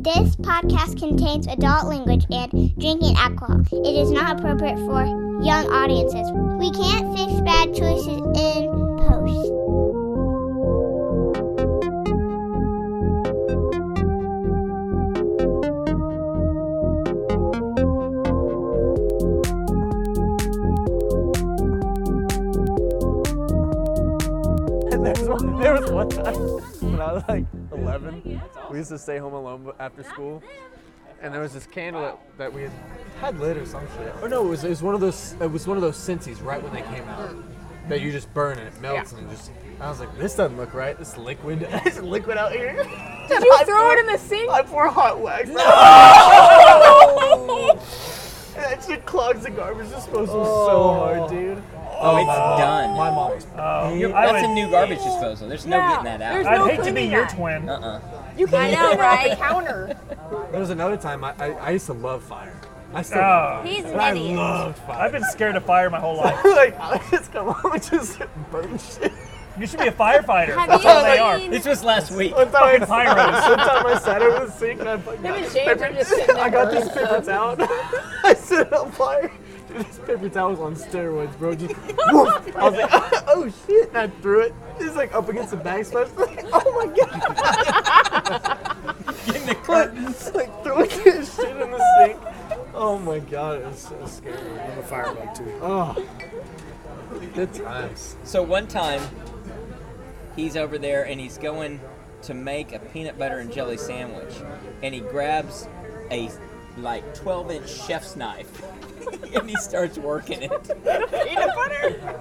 This podcast contains adult language and drinking alcohol. It is not appropriate for young audiences. We can't fix bad choices in post. And there's one, there was one time when I was like 11, we used to stay home alone b- after school, and there was this candle that, that we had, had lit or some shit. Or Oh, no, it was, it was one of those it was one of those scentsies right when they came out that you just burn and it melts and it just. I was like, this doesn't look right. This liquid, this liquid out here. Did you throw it in the sink? I pour hot wax. No! that shit clogs the garbage disposal so hard, dude. Oh, it's done. My mom was That's a new garbage disposal. There's no Yeah, getting that out. there's I'd No hate to be cleaning your that. twin. Uh-uh. You can't know, right? off the counter. There was another time I, I, I used to love fire. I still Oh. He's an I idiot. loved fire. I've been scared of fire my whole life. like Alex has come home and just burn shit. You should be a firefighter. Have That's you all they are. seen- This was last week. One time, I, Pyros. one time I sat over the sink and I fucking Him got and this James are paper, just sitting there I got this burning paper stuff. towel. I set it on fire. Dude, this paper towel was on steroids, bro. Just woof. I was like, oh shit, and I threw it. It's like up against the backsplash. Like, oh my god. In the But cart. it's like throwing his shit in the sink. Oh my god, it was so scary. I'm a firebug too. Oh. Good times. So one time, he's over there and he's going to make a peanut butter and jelly sandwich, and he grabs a like 12 inch chef's knife. and he starts working it. peanut butter.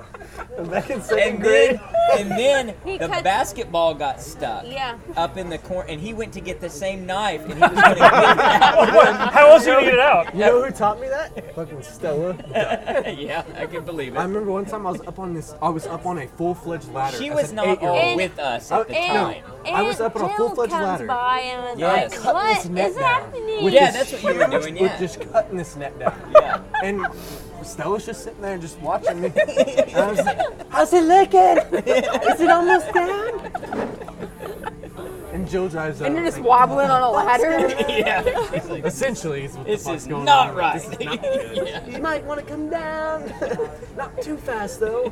Back in second And grade. then, and then He the cut- basketball got stuck Yeah. up in the corner, and he went to get the same knife, and he was going to get How else do you get it out? You know who taught me that? Fucking Stella. it. yeah, I can believe it. I remember one time I was up on this. I was up on a full-fledged ladder. She as was an not eight-year-old. all And- with us at the Oh, time. And- No. I was Aunt up on a Jill full-fledged comes ladder. by and was Yes. like, Cut "What this net is down. happening?" With Yeah, this that's what you were huge- doing, With yeah. just cutting this net down. Yeah. And Stella's just sitting there, just watching me. And I was like, How's it looking? Is it almost down? And Jill drives up. and you're just like, wobbling on a ladder. yeah. He's like, Essentially, is what this the fuck's is going not on. right. This is not good. Yeah. You might want to come down. not too fast though.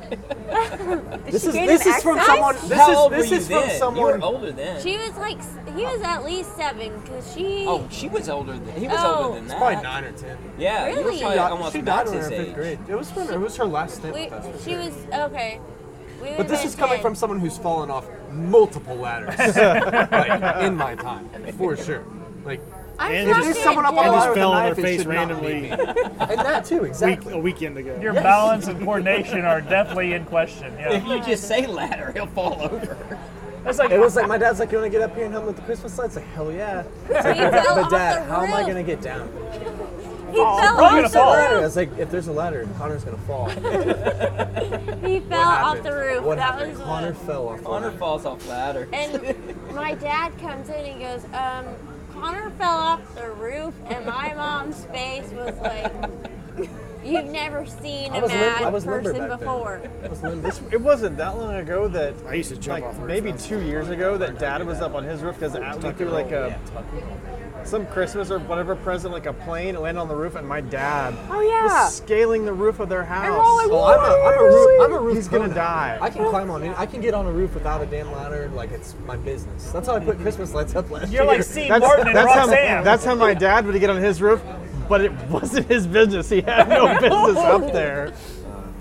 this is gain this an is from accent? someone. This How old is this were you is then? from You someone. were older then. she was like, s- he was at least seven because she. oh, she was older than he was Oh. older than that. Probably nine or ten. Yeah, you were Really? probably She Yeah, almost she died Max's when we were in fifth age. grade. It was when it was her last stint we, with us. for she sure. was okay. We But this is coming from someone who's fallen off multiple ladders like, in my time, for sure. Like I'm And shocked just- if there's that someone up on a ladder with Jill- a fell on knife, her it face should not be randomly. me. and that too, week, exactly. a weekend ago. Your balance and coordination are definitely in question. If Yeah. you just say ladder, he'll fall over. It's like, It was like my dad's like, "You want to get up here and help with the Christmas lights?" Like, hell yeah. It's like, He fell but off dad, the how am I roof. gonna get down? he fell we're gonna off There's a fall. ladder. I the was like, if there's a ladder, Connor's gonna fall. roof. He fell off the happened? roof. What that happened? was Connor fell off. the Connor ladder. falls off ladder. And my dad comes in and goes, um, Connor fell off the roof, and my mom's face was like, You've never seen I a was lim- I mad was limber person back then. before. It was limber. This, it wasn't that long ago that I used to jump off like roofs. maybe two years ago that Dad was up on his roof because we threw like a some Christmas or whatever present like a plane it landed on the roof and my dad Oh, yeah. was scaling the roof of their house. rolling Well, Oh, I'm a, I'm a roof. I'm a roof. He's gonna cone. die. I can climb on it. I can get on a roof without a damn ladder. Like it's my business. That's how I put Christmas lights up last you're year. like Steve That's, Martin and that's how Roxanne. that's how my dad would get on his roof, but it wasn't his business. He had no business up there.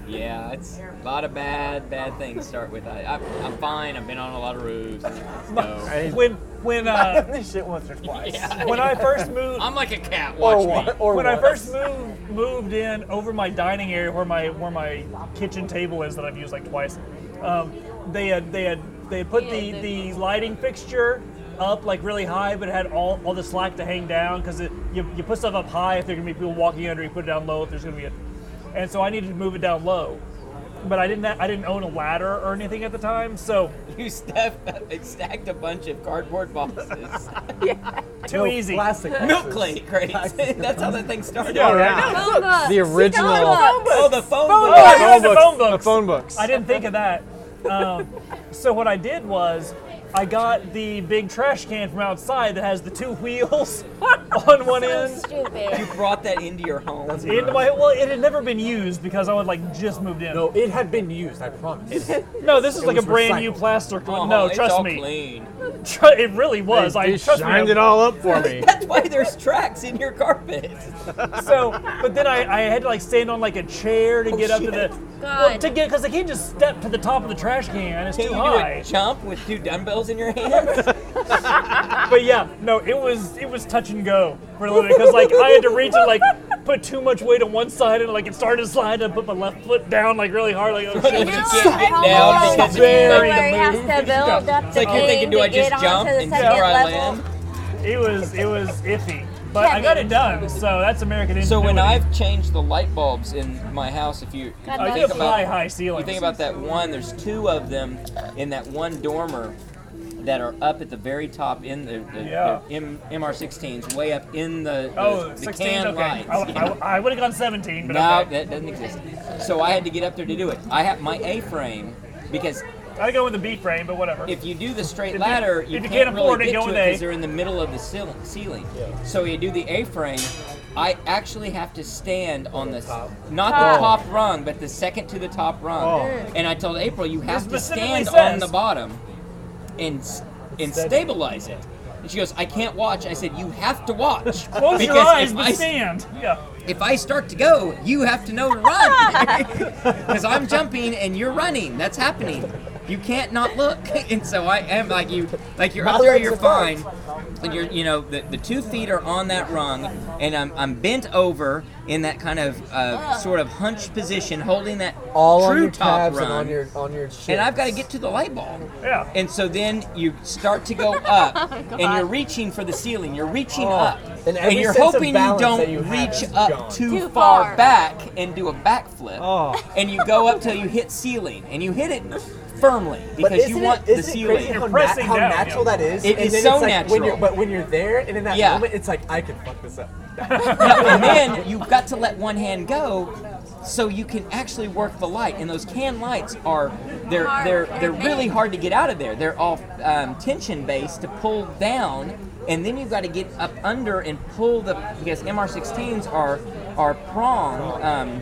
yeah, it's a lot of bad, bad things start with I, I'm, I'm fine. I've been on a lot of roofs. So. when, when, uh, this shit once or twice. when I first moved, I'm like a cat. Watch me. Or what? Or when I what? first moved moved in over my dining area where my where my kitchen table is that I've used like twice, um, they had they had they had put the Yeah, the lighting fixture up like really high, but it had all, all the slack to hang down because you, you put stuff up high if there are gonna be people walking under, you put it down low if there's gonna be a, and so I needed to move it down low, but I didn't ha- I didn't own a ladder or anything at the time, so You stacked, stacked a bunch of cardboard boxes. too Milk- easy. Plastic Milk boxes. crate crates. That's how that thing started. Phone books. The original. Oh, the phone book. book. phone the books. phone books. The phone books. I didn't think of that. Um, so what I did was I got the big trash can from outside that has the two wheels on one So end. You stupid. brought that into your home. Into my well, it had never been used because I would like just moved in. No, it had been used, I promise. No, this is like a was brand new recycled. plastic Oh, one. No, it's trust all me, Clean. Tru- it really was. I trust me. Shined it all up for me. That's why there's tracks in your carpet. So, but then I, I had to like stand on like a chair to get up to shit. the God. well, to get because I can't just step to the top of the trash can. It's Can you too do high. a jump with two dumbbells in your hands? But yeah, no, it was it was touch and go for a little bit because like I had to reach and like put too much weight on one side and like it started to slide and I put my left foot down like really hard like oh You know, can't shit. like, get how down long because do you it's do very where he has moved. to build up the like you're thinking, thing do to I just get jump onto the and second before I level? land? It was it was iffy. But I got it done, so that's American ingenuity. So when I've changed the light bulbs in my house, if you God, I that's did think fly about, high ceilings. you think about that one, there's two of them in that one dormer that are up at the very top in the, the, Yeah. the M, MR16s, way up in the, the, oh, the 16, can okay. lights. I, would have gone 17, but No, okay. that doesn't exist. So I had to get up there to do it. I have my A-frame because I'd go with the B frame, but Uh, whatever. if you do the straight If you- ladder, if you, you can't, can't afford really it, get go to with it A. because they're in the middle of the ceil- ceiling. So you do the A-frame. I actually have to stand on the not the Top. top rung, but the second to the top rung. And I told April, you have to Oh. specifically stand on says- the bottom and s- and stabilize it. And she goes, I can't watch. I said, you have to watch. Close your because eyes, if but I s- stand. Yeah. if I start to go, you have to know to run. Because I'm jumping and you're running. That's happening. You can't not look. And so I am like you like you're up there, you're fine. And you're you know, the, the two feet are on that rung and I'm I'm bent over in that kind of uh, sort of hunched position, holding that All true on your top tabs rung. and on your on your shit. and I've got to get to the light bulb. Yeah. And so then you start to go up, and you're reaching for the ceiling. You're reaching up, Oh. and every you're sense of hoping you balance don't that you have reach is up gone. too, Too far, far. back and do a backflip. Oh. And you go up till you hit ceiling, and you hit it firmly because you isn't want it, the isn't ceiling. It crazy how, You're na- pressing how down, natural yeah. that is. It and is then so it's like When natural. you're, but when you're there and in that Yeah. moment, it's like I can fuck this up. and then you've got to let one hand go so you can actually work the light and those can lights are they're they're they're really hard to get out of there they're all um, tension based to pull down and then you've got to get up under and pull the because mr16s are are prong um,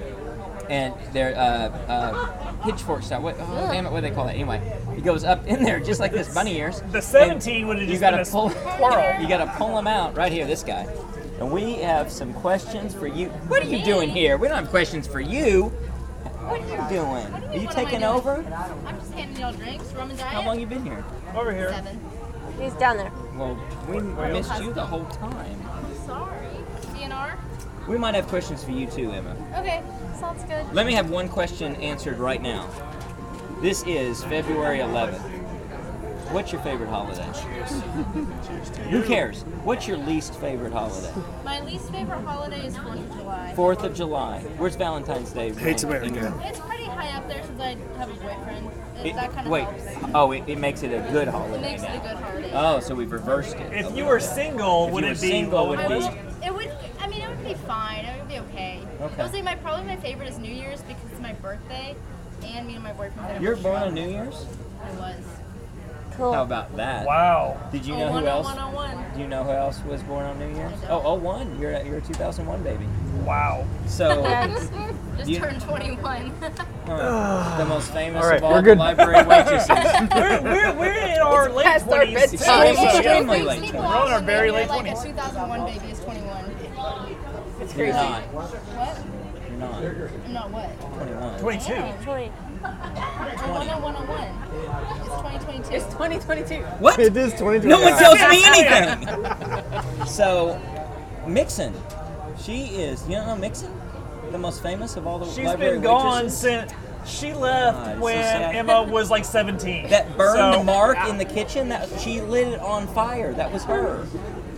and they're uh, uh, hitchfork style what oh, damn it what do they call that anyway it goes up in there just like this bunny ears The 17 would have you just gotta been a pull- twirl. you gotta pull them out right here, this guy. And we have some questions for you. What are you doing here? We don't have questions for you. What are you doing? Are you What am I taking doing? over? I'm just handing y'all drinks, rum and diet. How long you been here? Over here. Seven. He's down there. Well, we missed you the whole time. I'm sorry. DNR? We might have questions for you too, Emma. Okay, sounds good. Let me have one question answered right now. This is February 11th. What's your favorite holiday? Who cares? What's your least favorite holiday? My least favorite holiday is 4th of July. Fourth of July. Where's Valentine's Day? Hates in- in America. your- It's pretty high up there since I have a boyfriend. It, It- that kind of wait. helps. It Oh, it, it makes it a good holiday makes it now. a good holiday. Oh, so we've reversed it. If you were single, If would you were it be single, low would I and be- low? will- it would. I mean, it would be fine. It would be okay. Okay. I would say my probably my favorite is New Year's because it's my birthday, and me and my boyfriend. had a You're bunch born of on New Year's. fun. I was. Cool. How about that? Wow. Did you Oh, know one who oh else? one oh one. Do you know who else was born on New Year's? I Oh, don't. oh, one. You're a, you're a 2001 baby. Wow. So Just You- turned 21. huh, the most famous All right, of all we're the good. library waitresses. We're, we're, we're in our late past our 20s. bedtime. so- so- Extremely Please late leave 20s. Lawson We're on our very if late you're like 20s. a 2001 baby is 21. it's crazy. You're not. What? You're not. I'm not 21. what? 22. Twenty. oh I'm not 101. It's 2022. It's 2022. What? It is 22. No one tells me anything. so, Mixon, she is. You know Mixon, the most famous of all the. She's library been gone waitresses? since she God, left it's so when sad. Emma was like 17. That burned So- mark in the kitchen. That she lit it on fire. That was her.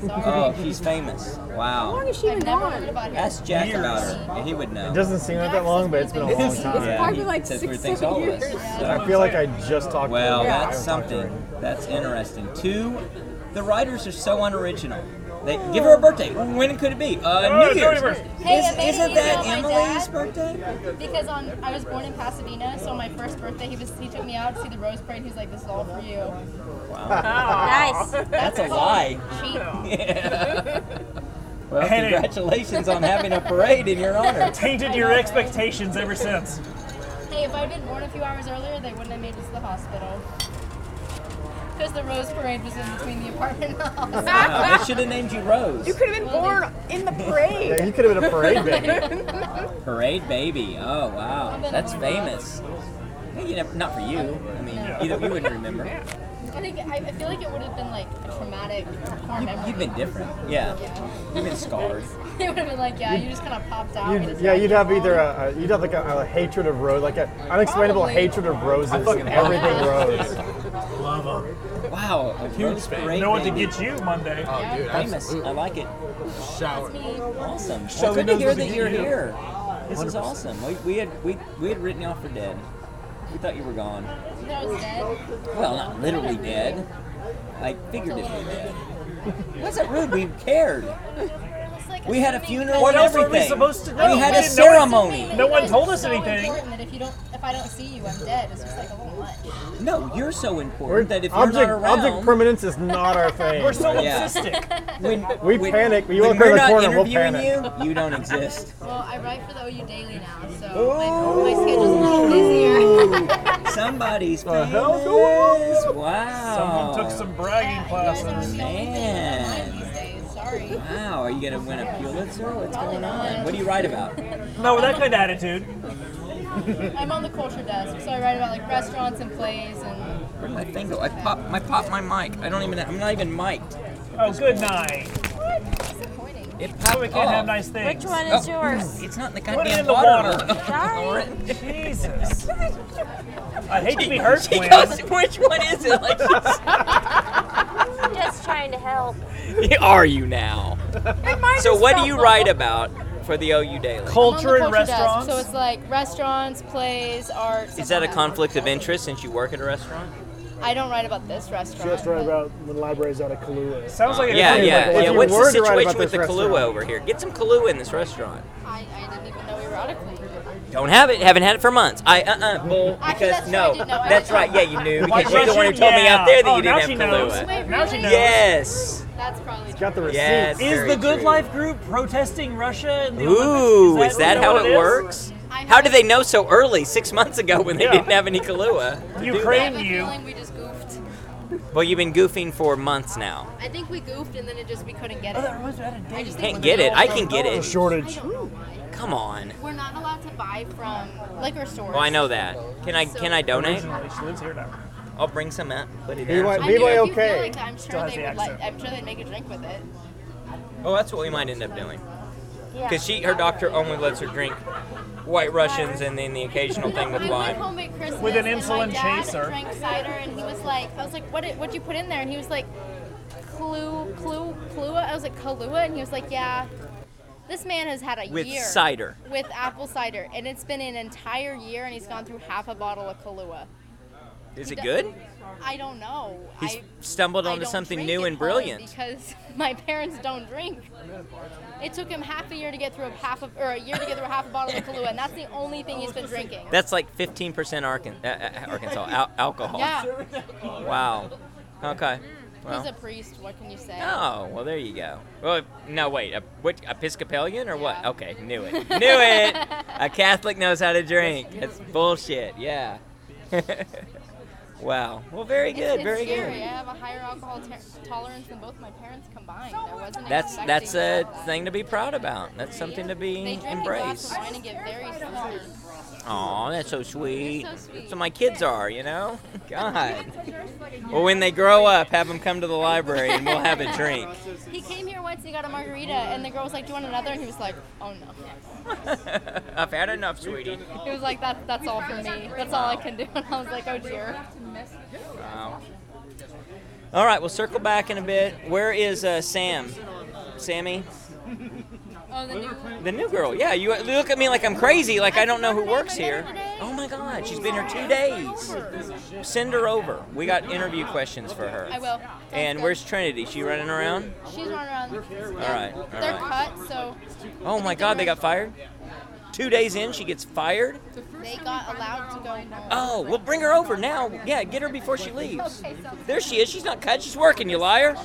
Oh, she's famous. How long Wow. has she I've been never heard gone? about it. Ask Jack about her, and he would know. It doesn't seem like that long, but it's been a long It's- time. yeah, probably he like says six, weird things to seven all of us. years. So- I feel like I just talked Well, to her. that's I haven't talked to her something. That's interesting. Two, the writers are so unoriginal. They give her a birthday. When could it be? Oh, Uh, New it's Year's. her birthday. Hey, Is, I made isn't an that email, my Emily's dad. birthday? Because on I was born in Pasadena, so my first birthday he was he took me out to see the Rose Parade. He's like, "This is all for you." Nice. That's a lie. Cheap. Well, Hey. congratulations on having a parade in your honor. Tainted your expectations ever since. Hey, if I'd been born a few hours earlier, they wouldn't have made us to the hospital. Because the Rose Parade was in between the apartment and the hospital. Wow, they should have named you Rose. You could have been born in the parade. Yeah, you could have been a parade baby. Parade baby. Oh wow, that's famous. Well, You never, not for you. I mean, you, you wouldn't remember. I think I, I feel like it would have been like a traumatic core You, memory. you've been different. Yeah, you've been scarred. They would have been like, "Yeah, you just kind of popped out." and You'd, it's yeah, like- you'd have either a, a you'd have like a, a hatred of rose, like an unexplainable Probably. hatred of roses fucking and love everything rose. Love them. Wow, a huge fan. parade. Know what to baby. get you one day. Oh, dude, Famous. I absolutely. like it. Shower. Awesome. Well, Shelby good to knows hear what to that get you're you. here. This is awesome. We, we had we, we had written you off for dead. We thought you were gone. No, I was dead. Well, not literally dead. Like figuratively dead. Wasn't rude. We cared. It was like We had a something- funeral What and else were we everything. supposed to do? We had We a didn't know what- ceremony. something No that one was told us so anything. important That if you don't, if I don't see you, I'm dead. It's just like a little much. No, you're so We're- important that if object, you're not around, object permanence is not our thing. We're so Yeah. obsessive. when, We when- panic. You when walk around we're the not corner, we'll interviewing panic. you, you don't exist. Well, I write for the OU Daily now, so my, my schedule's a little busier. Somebody's The famous. hell's going Wow. Someone took some bragging Yeah, you guys are classes. the only thing Man. online these days. Sorry. Wow, are you gonna win a Pulitzer? What's going on? What do you write about? No, with that kind of attitude. I'm on the culture desk, so I write about like restaurants and plays and Where'd my thing go? I popped my pop my mic. I don't even. I'm not even mic'd. Oh, good night. disappointing. It popped We can't off. have nice things. Which one Oh, is yours? It's not in the Put it goddamn in the water. water. Sorry. Jesus. I hate to be hurt, She Quinn. goes, which one is it? Like, I'm just trying to help. she's- are you now? Mine So is what do you spelled write about for the OU Daily? I'm on the Culture and culture desk, restaurants. so it's like restaurants, plays, art. Is stuff that a like conflict of interest since you work at a restaurant? I don't write about this restaurant. Just right but- about when the library's out of Kahlua. Sounds like Yeah, a yeah, if yeah. you What's the were to write situation about with the this Kahlua restaurant- over here? Get some Kahlua in this restaurant. I, I didn't even know we were out of Cleveland. Don't have it. Haven't had it for months. I uh uh bull Actually, because that's no, right, I didn't know. I that's didn't right. know. Yeah, you knew Like because you're the one who Russian? told me Yeah. out there that Oh, you didn't now have she knows. Kahlua. Wait, Now she really? knows. Yes. That's probably Got the receipt. Yes. Is very the Good true. Life group protesting Russia in the Ooh, Olympics? is that you know how what it is? works? I How have- did they know so early, six months ago, when they Yeah. didn't have any Kahlua? I have Ukraine a you. feeling we just goofed. Well, you've been goofing for months now. I think we goofed and then it just we couldn't get Oh, that it. reminds me, I had a I date. Oh, just think Can't we're get it. not I allowed- can get A it. I shortage. don't know why. Come on. We're not allowed to buy from liquor stores. Well, I know that. Can I can I donate? Originally, she lives here now. I'll bring some up. Put it You in. want- I mean, if you BYOK. feel like that, I'm Still sure has they the would like. accent. I'm sure they'd make a drink with it. Oh, that's what we might end up doing. Yeah. Because she, her doctor only lets her drink White Russians and then the occasional thing with I went lime. home at Christmas With an and my insulin dad chaser. Drank cider and he was like, I was like, what did what you put in there? And he was like, clue, clue, Kahlua. I was like, Kahlua, and he was like, yeah. This man has had a With year cider. with apple cider, and it's been an entire year, and he's gone through half a bottle of Kahlua. Is He it do- good? I don't know. He's I, stumbled I onto don't something drink new at and home brilliant. because my parents don't drink. It took him half a year to get through a half of, or a year to get through a half a bottle of Kahlua, and that's the only thing he's been drinking. That's like 15% Arkan- uh, uh, Arkansas al- alcohol. yeah, Mm. Wow. Okay. Well. he's a priest. What can you say? Oh, well, there you go. Well, no, wait. A, what, Episcopalian or what? Yeah. Okay, knew it. knew it! A Catholic knows how to drink. That's bullshit. Yeah. wow. Well, very It's- good. it's very scary. I good. have a higher alcohol ter- tolerance than both my parents combined. I wasn't That's that's expecting a all that. thing to be proud about. That's something to They be drink a embraced. glass of wine and get very slurred. Aw, that's so sweet. It's so sweet. So my kids are, you know? God. Well, when they grow up, have them come to the library and we'll have a drink. He came here once and he got a margarita, and the girl was like, "Do you want another?" And he was like, "Oh no." I've had enough, sweetie. He was like, "That that's all for me. That's all I can do." And I was like, "Oh dear." Wow. All right, we'll circle back in a bit. Where is uh, Sam? Sammy? Oh, the new The new girl. Yeah, you you look at me like I'm crazy, like I don't know who works here. Oh my God, she's been here two days. Send her over. We got interview questions for her. I will. And where's Trinity? She running around? She's running around. All right, all They're right. cut, so Oh my God, they got fired. Two days in, she gets fired. they got allowed to go home. Oh, well, bring her over now. Yeah, get her before she leaves. There she is. She's not cut. She's working. You liar.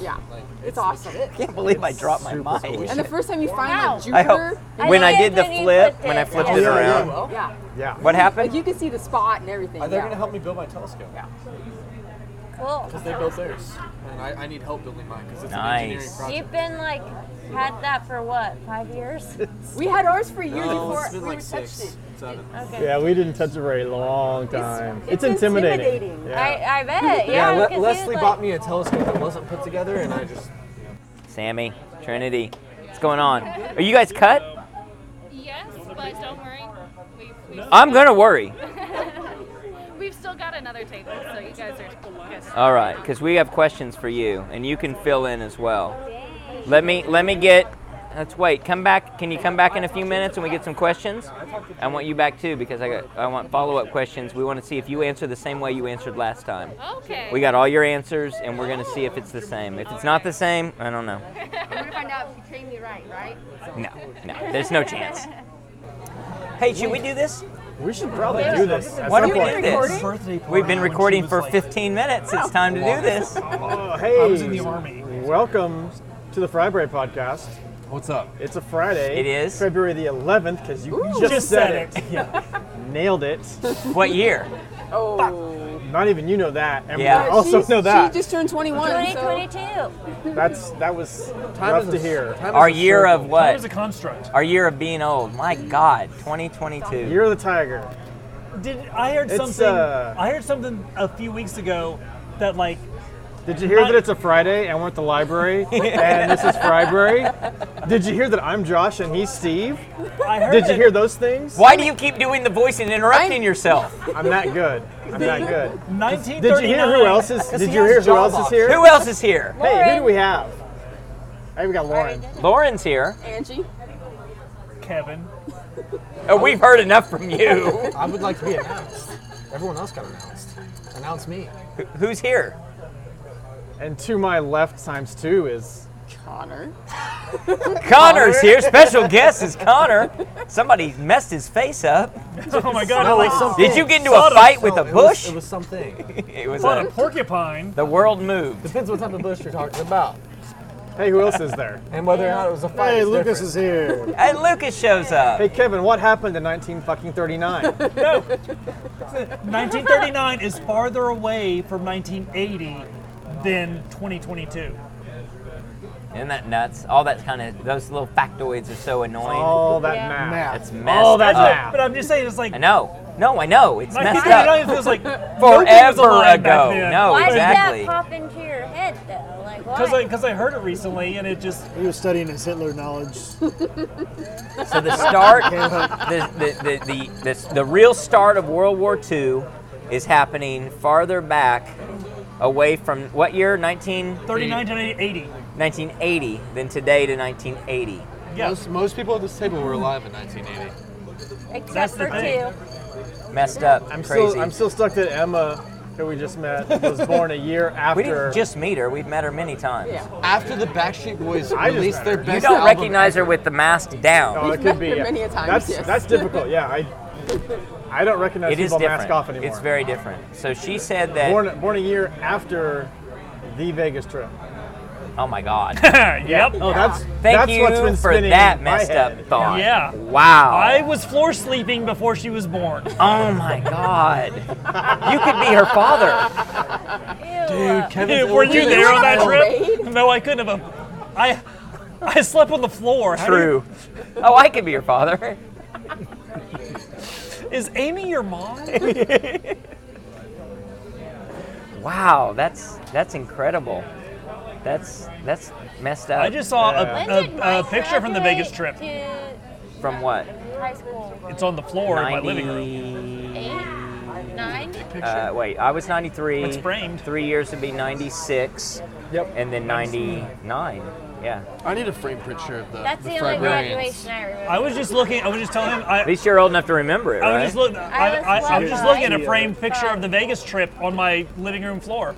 Yeah, it's awesome. Can't believe I dropped my mic. And the first time you find the I hope juicer, when I think did it's the when you flip, flipped when I it. flipped Yeah. it Yeah, around, yeah, Yeah. what like happened? you can see the spot and everything. Are they yeah. going to help me build my telescope? Yeah. Cool. Because they built theirs. And I, I need help building mine because it's an engineering Nice. project. You've been like had that for what five years? We had ours for years No, before it's been we like were touching six, it. seven. Okay. Yeah, we didn't touch it for a long time. it's intimidating. Yeah. I, I bet. Yeah, Yeah. Le- 'cause he was Leslie like- bought me a telescope that wasn't put together, and I just Sammy, Trinity, what's going on? Are you guys cut? Yes, but don't worry. We've, we've, I'm gonna worry. we've still got another table, so you guys are good. All right, because we have questions for you, and you can fill in as well. Let me let me get. Let's wait. Come back. Can you come back in a few minutes and we get some questions? I want you back too because I got I want follow up questions. We want to see if you answer the same way you answered last time. Okay. We got all your answers, and we're gonna see if it's the same. If it's not the same, I don't know. I'm gonna find out if you train me right, right? No, no, there's no chance. Hey, should we do this? We should probably do this. at Why some don't we do point. this? We've been recording for 15 minutes. It's time to do this. Oh, I was in the hey, army. welcome to the Fry Bread Podcast. what's up? It's a Friday. It is. February the 11th because you Just, just, said it. Nailed it. What year? Oh, Not even you know that, and Yeah. we also She's- know that. She just turned 21. So 2022. That's that was Time rough to hear. Our year of That was a what? construct. Our year of being old. My God, 2022. Year of the Tiger. Did I heard It's, something? uh, I heard something a few weeks ago that like Did you hear that it's a Friday and we're at the library and this is Friday? Did you hear that I'm Josh and he's Steve? I heard. Did you that- hear those things? Why do you keep doing the voice and interrupting yourself? I'm not good. I'm not good. 1939. Did you hear who else is? Did you hear who else is here? Who else is here? Hey, who do we have? Hey, we got Lauren. Lauren's here. Angie, Kevin. Oh, we've heard enough from you. I would like to be announced. Everyone else got announced. Announce me. Who's here? And to my left times two is Connor, Connor's here. Special guest is Connor. Somebody messed his face up. Oh my God! I like Did you get into a fight with a it bush? Was, it was something. It was what a a, porcupine. the world moved. Depends what type of bush you're talking about, Hey, who else is there? and whether or not it was a fight. is different. here. And Lucas shows up. Hey Kevin, what happened in 19 fucking 39? 1939 is farther away from 1980 than 2022. Isn't that nuts? All that kind of those little factoids are so annoying. All that Yeah. math. it's messed All that up. math. But I'm just saying, it's like I know. No, I know. It's messed 1939 up. feels like Forever ago. Oh, No, Why exactly. did that pop into your head though? Like why? Because I, because I heard it recently and it just He was studying his Hitler knowledge. So the start, the, the, the, the, the, the real start of World War II is happening farther back away from what year? 19, 39 to 80. 1980 than today to 1980. Yeah. Most, most people at this table were alive in 1980. Except that's the for thing. two. Messed up. I'm crazy. still I'm still stuck that Emma, who we just met, was born a year after. we didn't just meet her. We've met her many times. Yeah. After the Backstreet Boys I just- released their You best You don't album recognize her ever. with the mask down. Oh, it could be. Met her yeah. many a time, That's yes. that's difficult. Yeah, I I don't recognize It is people different. mask off anymore. It's very different. So she said that. born born a year after the Vegas trip. Oh my God. yep. Oh, that's Thank that's you what's been for spinning that in my messed head. up thought. Yeah. Wow. I was floor sleeping before she was born. Oh my God. you could be her father. Dude, Kevin's Were you ill- there on that Wait. trip? No, I couldn't have. I I slept on the floor. How do True. Oh, I could be your father. you- Is Amy your mom? Wow, that's that's incredible. That's that's messed up. I just saw Yeah. a, When did a, a Mike picture from the Vegas trip. graduate To from what? high school. It's on the floor in my living room. Ninety nine? Uh, wait, I was 93. It's framed. Three years would be 96. Yep. And then 99. Yeah. I need a frame print shirt though. That's the only graduation I remember. I was just looking. I was just telling him. At I, least you're old enough to remember it, I right? was just looking. I, was I, I, am just looking at a wondering. framed picture of the Vegas trip on my living room floor,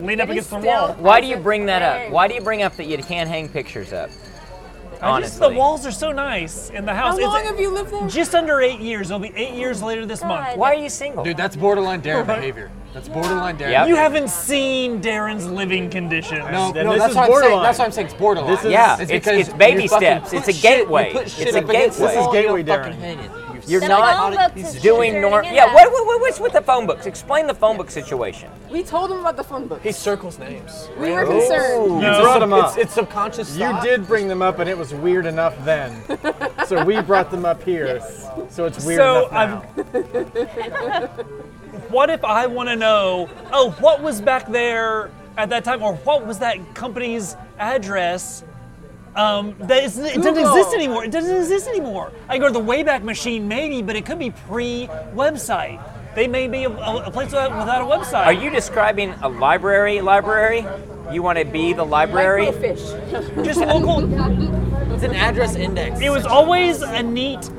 leaned up It is against the still- wall. Why do you bring that up? Hey. Why do you bring up that you can't hang pictures up? I just, the Honestly. walls are so nice in the house. How It's- long have you lived there? Just under eight years. It'll be eight years later this month. God. Why are you single? Dude, that's borderline Darren behavior. That's borderline Darren. Yep. You haven't seen Darren's living conditions. No, Then no, this is that's what I'm saying. borderline. That's what I'm saying. It's borderline. This is- yeah, It's it's, it's because baby you fucking steps. It's a put shit- you gateway. put shit it's a up against- gateway. This is gateway fucking Darren. You're The phone not books is doing shooting normal. in Yeah, that. what, what, what- what's with the phone books? Explain the phone book situation. We told him about the phone book. He circles names. We were concerned. No. You brought them It's, up. it's subconscious. you thought. did bring them up, and it was weird enough then. so we brought them up here. So it's weird So enough I've- now. What if I want to know, oh, what was back there at that time, or what was that company's address? Um, that is, it doesn't Google. exist anymore. It doesn't exist anymore. I go to the Wayback Machine, maybe, but it could be pre-website. They may be a, a- a place without, without a website. Are you describing a library? Library? You want to be the library? Microfish. just local? It's an address index. It was always a neat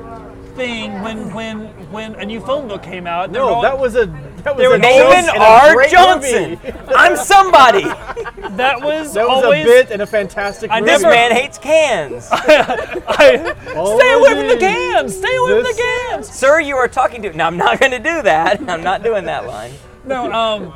thing when when when a new phone book came out. They were No, all- that was a that was They were a Naaman joke Damon and a R. great Johnson. movie. I'm somebody. that was That was always a bit and a fantastic I movie. This Never- man hates cans. I- All stay away it from the is- cans. Stay away from This- the cans. Sir, you are talking to. No, I'm not going to do that. I'm not doing that line. No, um,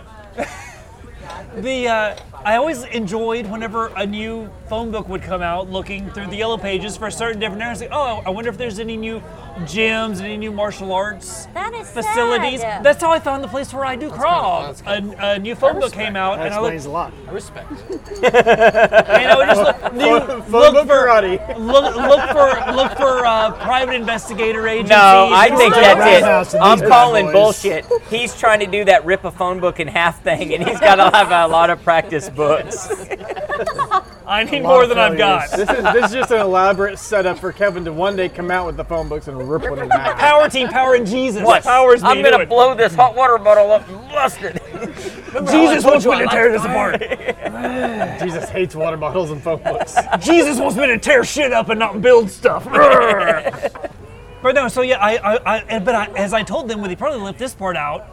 the uh, I always enjoyed whenever a new phone book would come out, looking through the yellow pages for certain different areas. Like, oh, I wonder if there's any new gyms, any new martial arts That is facilities. sad. That's how I found the place where I do crawl. that's kinda- a, a new phone book came out, That and I looked. explains a lot. I respect. it. And I would just look, Phone- new- phone look book for karate. look, look for look for uh, private investigator agencies. No, I and think stuff. that's Roundhouse it. and I'm these calling bad boys. bullshit. He's trying to do that rip a phone book in half thing, and he's got to have a lot of practice books. I need A lot more of than I've failures. got. This is this is just an elaborate setup for Kevin to one day come out with the phone books and rip one in half. Power team, power in Jesus. What? Powers me. I'm do gonna it. blow this hot water bottle up and bust it. Jesus wants me to tear this apart. Jesus hates water bottles and phone books. Jesus wants me to tear shit up and not build stuff. but no, so yeah, I, I, I and- but I, as I told them when they probably left this part out,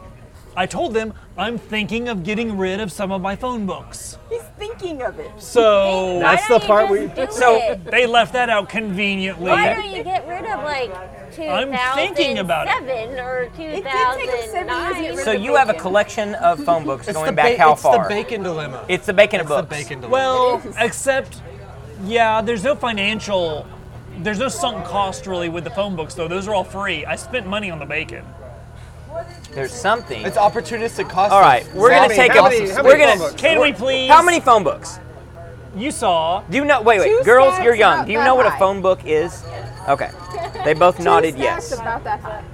I told them I'm thinking of getting rid of some of my phone books. He's thinking of it. So Why That's don't the you part just we- do So- it? they left that out conveniently. Why don't you get rid of like 2007 thinking about it. or 2009? take us seven years to get rid So you have a collection of phone books going back ba- how it's far? the bacon dilemma. It's the bacon of the books. bacon dilemma. Well, It is. except, yeah, there's no financial, there's no sunk cost really with the phone books though. Those are all free. I spent money on the bacon. There's something. it's opportunistic cost. All right, we're How gonna many- take how a. many- how we're many gonna. phone books? Can we please? How many phone books? You saw. Do you know? Wait, wait. Two Girls, stacks you're young. about Do you that know what a high. phone book is? Okay. They both nodded Two stacks yes. About that high.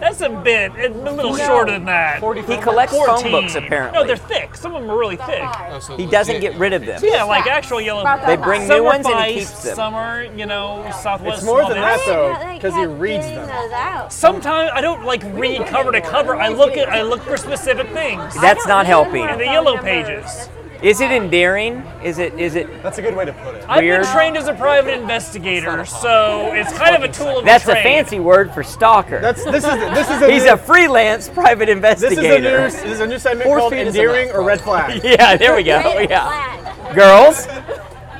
That's a bit, it's a little shorter than that. He collects phone 14. books apparently. No, they're thick. Some of them are really thick. Oh, High. he doesn't get rid of them. Yeah, like actual yellow. About They that bring high. some new are ones and he feist, keeps them. Some are, you know, Southwest. It's more than Small that, Business. though. I didn't know they 'cause he kept reads getting them. those out. Sometimes I don't like read cover to cover. I look at I look for specific things. I That's don't not need helping. more The phone yellow numbers. pages. Is it endearing? Is it? Is it? That's a good way to put it. I've been Weird. trained as a private investigator, so it's kind of a tool of That's the a trade. fancy word for stalker. That's this is this is a He's new, a freelance private this is a new investigator. this is a new segment Four called feet is endearing enough, or red flag. yeah, there we go. Red Yeah. flag. Girls,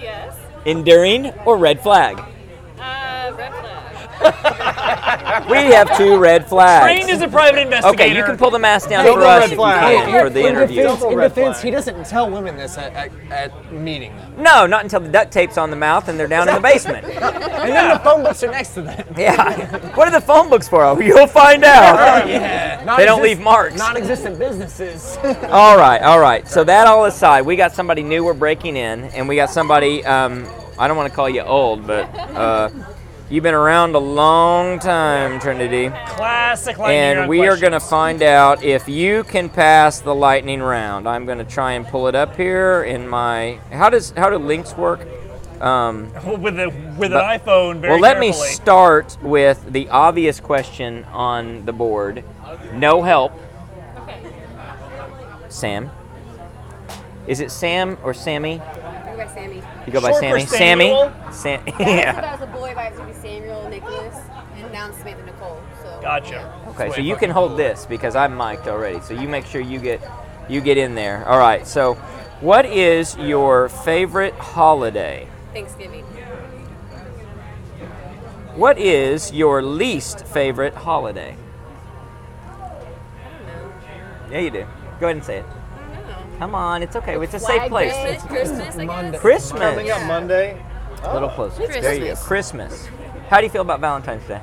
Yes. endearing or red flag? Uh, red flag. We have two red Trained flags. as a private investigator. Okay, you can pull the mask down Double for us red if you flag. can for the interview. Double In red defense, flag. he doesn't tell women this at, at, at meeting them. No, not until the duct tape's on the mouth and they're down in the basement. And then the phone books are next to them. Yeah. What are the phone books for? Oh, You'll find out. They don't Non-exist- leave marks. Non-existent businesses. All right, all right. So that all aside, we got somebody new we're breaking in, and we got somebody. Um, I don't want to call you old, but uh, you've been around a long time, Trinity, Classic lightning and round we are question. going to find out if you can pass the lightning round. I'm going to try and pull it up here in my. How does how do links work? Um, with a with But- an iPhone. Very well, let me carefully. start with the obvious question on the board. No help. Okay. Sam. Is it Sam or Sammy? You go by Sammy. You go by Short Sammy. for Samuel. Sam. Yeah. If Yeah. I was a boy, if I was going to be Samuel Nicholas, and now I'm Samantha Nicole. So. Gotcha. Okay, so you can hold this because I'm mic'd already. So you make sure you get you get in there. All right. So, what is your favorite holiday? Thanksgiving. What is your least favorite holiday? Yeah, you do. Go ahead and say it. Come on, it's okay. It's a safe Flag place. Day. It's- Christmas, I guess? Christmas. Coming up Monday. A little closer. It's There you go. Christmas. How do you feel about Valentine's Day?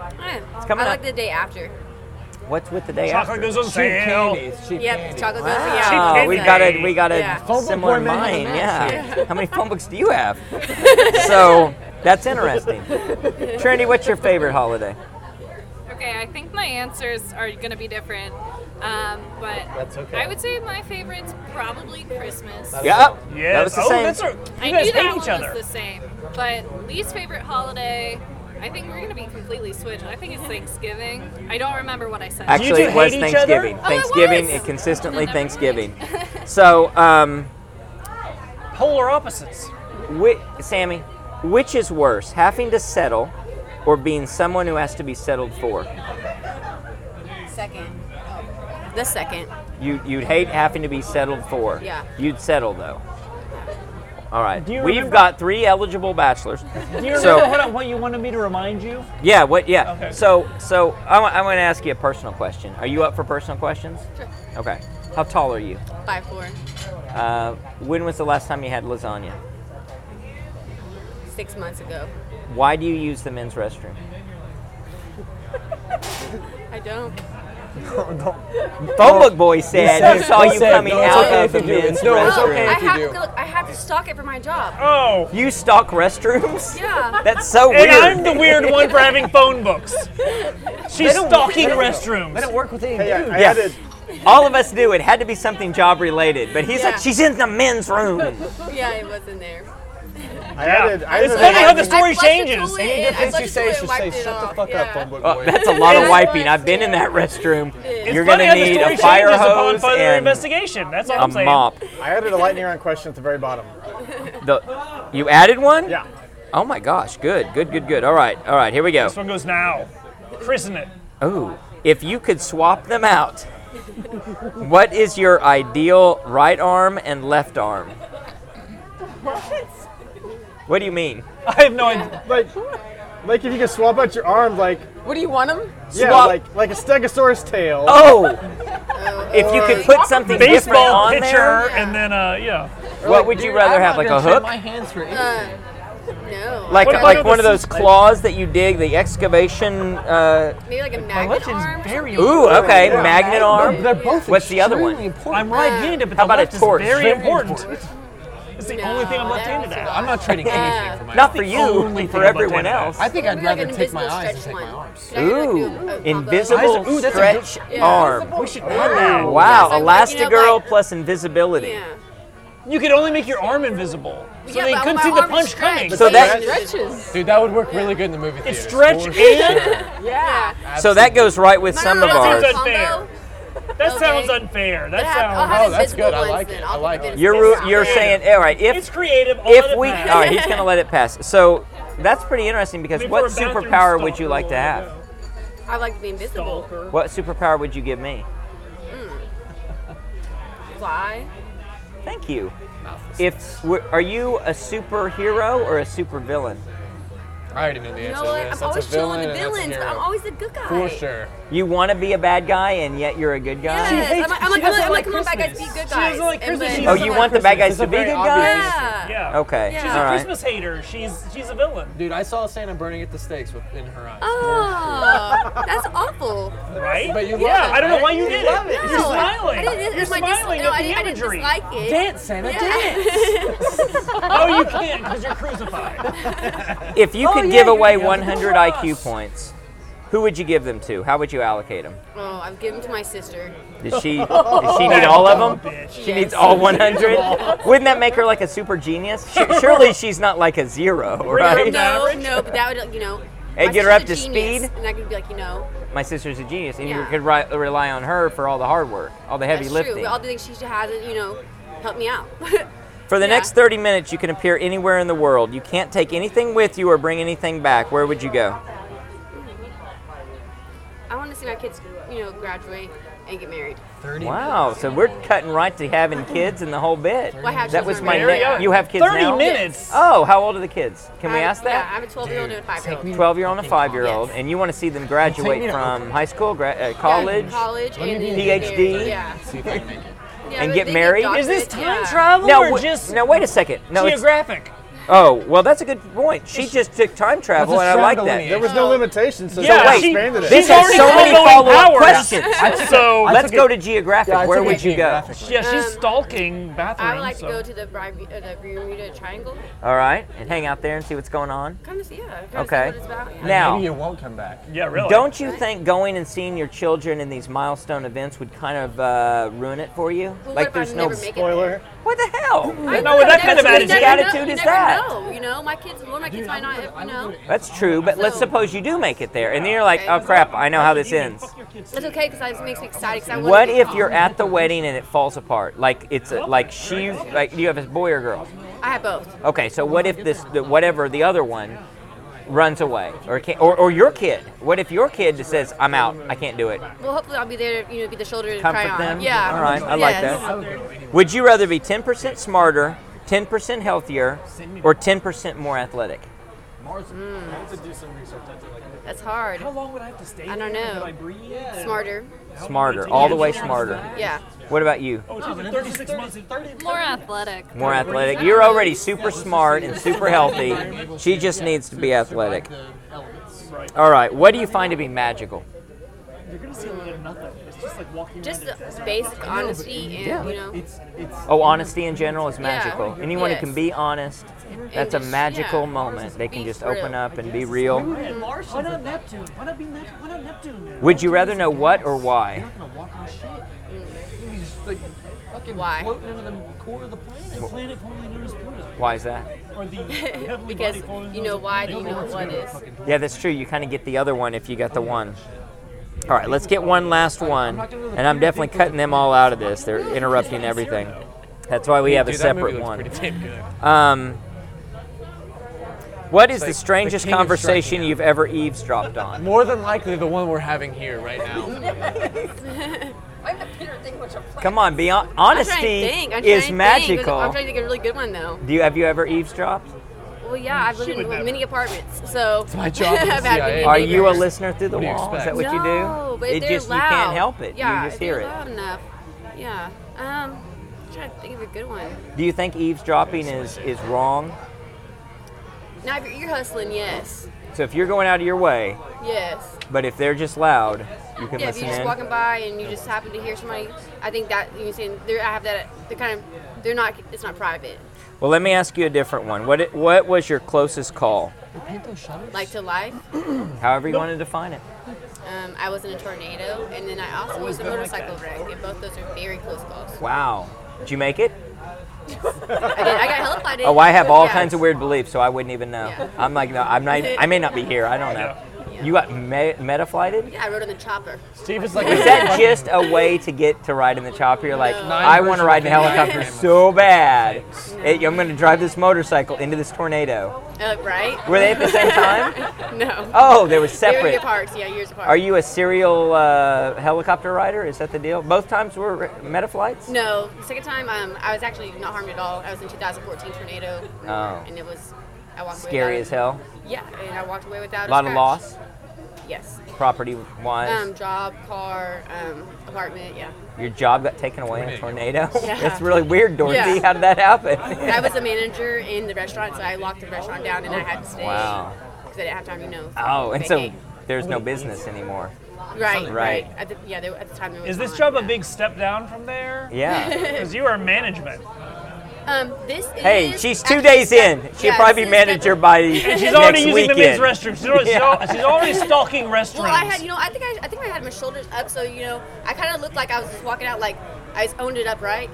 I, don't know. It's coming I up. like the day after. What's with the day Chocolate after? goes on sale. yep, chocolate goes Wow, yeah. we got a we got a Yeah. similar Phone book more mind. than Yeah. match, yeah. How many phone books do you have? so that's interesting. Trinity, what's your favorite holiday? Okay, I think my answers are going to be different. Um, but That's okay. I would say my favorite's probably Christmas. Yep. That was the Oh, same. that's our- I you guys knew that hate one each other. was the same. But least favorite holiday, I think we're going to be completely switched. I think it's Thanksgiving. I don't remember what I said. Actually, it was Thanksgiving. Oh, it Thanksgiving. was? It consistently Thanksgiving. so, um, Polar opposites. Whi Sammy, which is worse, having to settle or being someone who has to be settled for? Second. Oh. The second. You, you'd hate having to be settled for. Yeah. You'd settle, though. All right. you We've remember- got three eligible bachelors. Do you so, remember what, I- what you wanted me to remind you? Yeah, what? Yeah. Okay. So, so I wa- I want to ask you a personal question. Are you up for personal questions? Sure. Okay. How tall are you? Five four. Uh, when was the last time you had lasagna? Six months ago. Why do you use the men's restroom? I don't. Phone book boy said said- he saw you you said, coming "No, it's out okay of the if you do. men's No, it's restroom. okay I have to go, I have to stock it for my job. Oh. You stock restrooms? Yeah. That's so and weird. I'm the weird one for having phone books. Oh. She's stalking restrooms. work with any Hey, I- dudes. I yeah. had All of us do. It had to be something job related. But he's like, Yeah. she's in the men's room. yeah, it wasn't there. I added. I It's added funny how the I- story I flushed it changes. totally Any in. I defense you flushed it say, totally she says, and wiped it "Shut the off." fuck up, Yeah. phone book Oh, that's a lot of wiping. I've been in that restroom. It's You're funny gonna how the need story a fire changes upon hose further and investigation. That's all a I'm saying. mop. I added a lightning round question at the very bottom. The, you added one? Yeah. Oh my gosh! Good, good, good, good. All right, all right. Here we go. This one goes now. Christen it. Oh, if you could swap them out, what is your ideal right arm and left arm? What do you mean? I have no idea. Like, like if you could swap out your arm, like What do you want them? yeah, Swap- like like a stegosaurus tail. Oh, if you could put something different Baseball on pitcher, there, and then uh, yeah. what would you rather have? Like a hook, My hands for anything. Uh, no. like What about like another one of those system? claws that you dig, the excavation. Uh, Maybe like a magnet arm. Very ooh, important. okay, Yeah. magnet arm. They're both What's the other extremely one? Important. I'm right-handed, but How the about a left is torch? very, Very important. important. It's the only thing I'm left-handed at. I'm not trading anything for my Not for only you, thing for about everyone that. else. I think I'd Maybe like rather an take my invisible eyes and take stretch my one. arms. Could I do, like, do a- a Ooh, combo? invisible Ooh, that's a good- stretch Yeah. arm. We should Wow. Wow, So, like, you know, Elastigirl like- plus invisibility. Yeah. You could only make your arm invisible, so Yeah, they but I couldn't want see my the arm to punch stretch. coming. So that Stretches. Dude, that would work really good in the movie theater. It's stretch and Yeah. so that goes right with some of no, no, ours. it's unfair. that Okay. sounds unfair. That I'll sounds. Oh, have that's invisible good. I ones like then. it. I'll I like put it. the You're invisible ru- you're ones. saying all right. If it's creative. I'll if let it we pass. all right, he's gonna let it pass. So that's pretty interesting because Maybe what for a bathroom superpower would stalker, you like to we'll have? I like to be invisible. Stalker. What superpower would you give me? Mm. Fly. Thank you. If we're- are you a superhero or a supervillain? I already know the You answer know to what? this. I'm That's always a chilling villain with the and villains, that's a but I'm hero. always the good guy. For sure. You want to be a bad guy and yet you're a good guy. Yes. hates- I'm like, I'm she like, doesn't like I'm like, come on, bad guys, be Christmas. good She doesn't guys. like And Christmas. then- She Oh, doesn't you like want the bad guys Christmas. to It's be a good very obvious guys. Yeah. Yeah. Okay. Yeah. She's All a right. Christmas hater. She's she's a villain. Dude, I saw Santa burning at the stakes with, in her eyes. Oh, that's awful. Right? But you yeah, love it, I don't know right? why you You did love it. it. You're No, smiling. I didn't, You're it's my dis- smiling no, at I the didn't, imagery. I didn't dislike it. Dance, Santa, Yeah. dance. oh, you can't because you're crucified. If you Oh, could yeah, give you're away gonna 100 cross. IQ points, who would you give them to? How would you allocate them? Oh, I'm giving to my sister. Does she? Does she need all of them? Bitch. She needs all 100. Wouldn't that make her like a super genius? Su- Surely she's not like a zero, her right? down. No, Average? no, but that would, like, you know. Hey, my get her sister's up to a genius, speed. And I could be like, you know, my sister's a genius, and you Yeah. could ri- rely on her for all the hard work, all the heavy That's lifting. true. All the things she hasn't, you know, helped me out. For the next 30 minutes, you can appear anywhere in the world. You can't take anything with you or bring anything back. Where would you go? I want to see my kids, you know, graduate and get married. 30 Wow, so we're cutting right to having kids and the whole bit. Well, I have that children was my already. ne- You have kids 30 now? minutes. Oh, how old are the kids? Can we I- ask Yeah, I that? have a 12 year old and a 5 year old. 12 year old and a 5 year old, and you want to see them graduate to from high school, gra- uh, college, college and then get married, PhD, yeah. See if I make it. and get married. Is this time travel now, or wa- just now wait a second. No, it's- geographic? Oh, well, that's a good point. She just took time travel, and I like that. There was no limitations, so Yeah, yeah, she- expanded it. this has so many follow-up questions. I took it- So- I let's took go it- to geographic. yeah, I Where took would it you go? geographic. Yeah, she's stalking bathrooms. I would like so- to go to the, Bermu- uh, the Bermuda Triangle. All right, and hang out there and see what's going on. Come to see, yeah. Come to see Okay. what it's about, yeah. Now, Maybe you won't come back. Yeah, Don't you think going and seeing your children in these milestone events would kind of uh, ruin it for you? Well, like what if I there's no never make it there? Spoiler. What the hell? I No, know, that you kind of never- you attitude- never know, attitude you is never that? know, you know, my kids, one of my kids might not, have- you know. That's true, but let's suppose you do make it there, and then you're like, oh crap, I know how this ends. That's okay because it makes me excited. 'cause I wanna What be if involved. you're at the wedding and it falls apart? Like it's a, like she like do you have a boy or girl? I have both. Okay, so what if this the, whatever the other one runs away or can or, or your kid? What if your kid just says, "I'm out, I can't do it"? Well, hopefully I'll be there to, you know, be the shoulder to cry Comfort on. them. Yeah. All right, I like Yes. that. Would you rather be 10% smarter, 10% healthier, or 10% more athletic? Mm. I have to do some research. I have to, like, That's hard. How long would I have to stay? I don't know. Smarter. Smarter, all the way smarter. Yeah. What about you? Oh, she's 36 months. More athletic. More athletic. You're already super smart and super healthy. She just needs to be athletic. All right. What do you find to be magical? You're gonna see a lot of nothing. It's just like walking. Just the basic honesty and you know. Oh, honesty in general is Yeah. magical. Anyone who can be honest, that's a just- magical yeah. moment. They can just open real. up and be real. Why not Neptune? Why not be Neptune? Why not Neptune? Would you rather know what or why? Why? Floating into the core of the planet. The planet formerly known as Pluto. Why is that? Or the heavenly because body formerly you known know as why, Pluto. you know what is. Yeah, that's true. You kind of get the other one if you got the one. All right, let's get one last one, and I'm definitely cutting them all out of this. They're interrupting everything. That's why we Dude, have a dude, that movie separate looks one. pretty damn good. Um, what is It's the like the strangest king of conversation striking you've ever eavesdropped on? More than likely the one we're having here right now. I'm the Peter thing which I'm Come on, be hon- I'm trying to honesty think. is I'm trying to think. I'm magical. trying to think of a really good one though. Do you have you ever eavesdropped? Well, yeah, I've lived in many apartments, so it's my job I've as had CIA. many Are you a neighbors. listener through the What do you wall? Is expect? that what you do? No, but if It they're just- you loud, can't help it. You Yeah, just if hear they're it. Loud enough. Yeah. Um, I'm trying to think of a good one. Do you think eavesdropping is is wrong? Now, if you're ear hustling, yes, So if you're going out of your way, yes. but if they're just loud, you can Yeah, if listen you're just in. walking by and you just happen to hear somebody, I think that you know, saying they're I have that they're kind of they're not it's not private Well, let me ask you a different one. What it, what was your closest call? like to life. However you want to define it. Um, I was in a tornado, and then I also was in a motorcycle wreck, and both those are very close calls. Wow. Did you make it? I, did, I got hellified. Oh, I have all Yeah. kinds of weird beliefs, so I wouldn't even know. I'm like, no, I'm not. I may not be here. I don't know. You got me- metaflighted? Yeah, I rode in the chopper. Steve is Is that just a way to get to ride in the chopper? You're like, No. I want to ride in a Nine helicopter versions. so bad. It- I'm going to drive this motorcycle into this tornado. Uh, right? Were they at the same time? no. Oh, they were They were separate. apart. Yeah, years apart. Are you a serial uh, helicopter rider? Is that the deal? Both times were metaflights? No. The second time, um, I was actually not harmed at all. I was in 2014 tornado. Oh. And it was, I walked Scary away without as hell. a- Yeah, and I walked away without A lot a of scratch. loss, Yes. property wise. Um, job, car, um, apartment. Yeah. Your job got taken away in a tornado. Yeah. That's really weird, Dorothy. Yeah. How did that happen? I was a manager in the restaurant, so I locked the restaurant down and I had to stay. Wow. Because I didn't have time, you know. Oh, and so vacate. there's no business anymore. Right, right. Right. At the, yeah, they, at the time there was Is this not. job a big step down from there? Yeah. Because you are management. Um, this Hey, is she's two days in. She'll yeah, probably be this is manager by And she's next already using the men's weekend. restroom. She's already, she's Yeah. al- she's already stalking restrooms. Well, I had, you know, I think I, I think I had my shoulders up, so you know, I kind of looked like I was just walking out, like I just owned it up, right?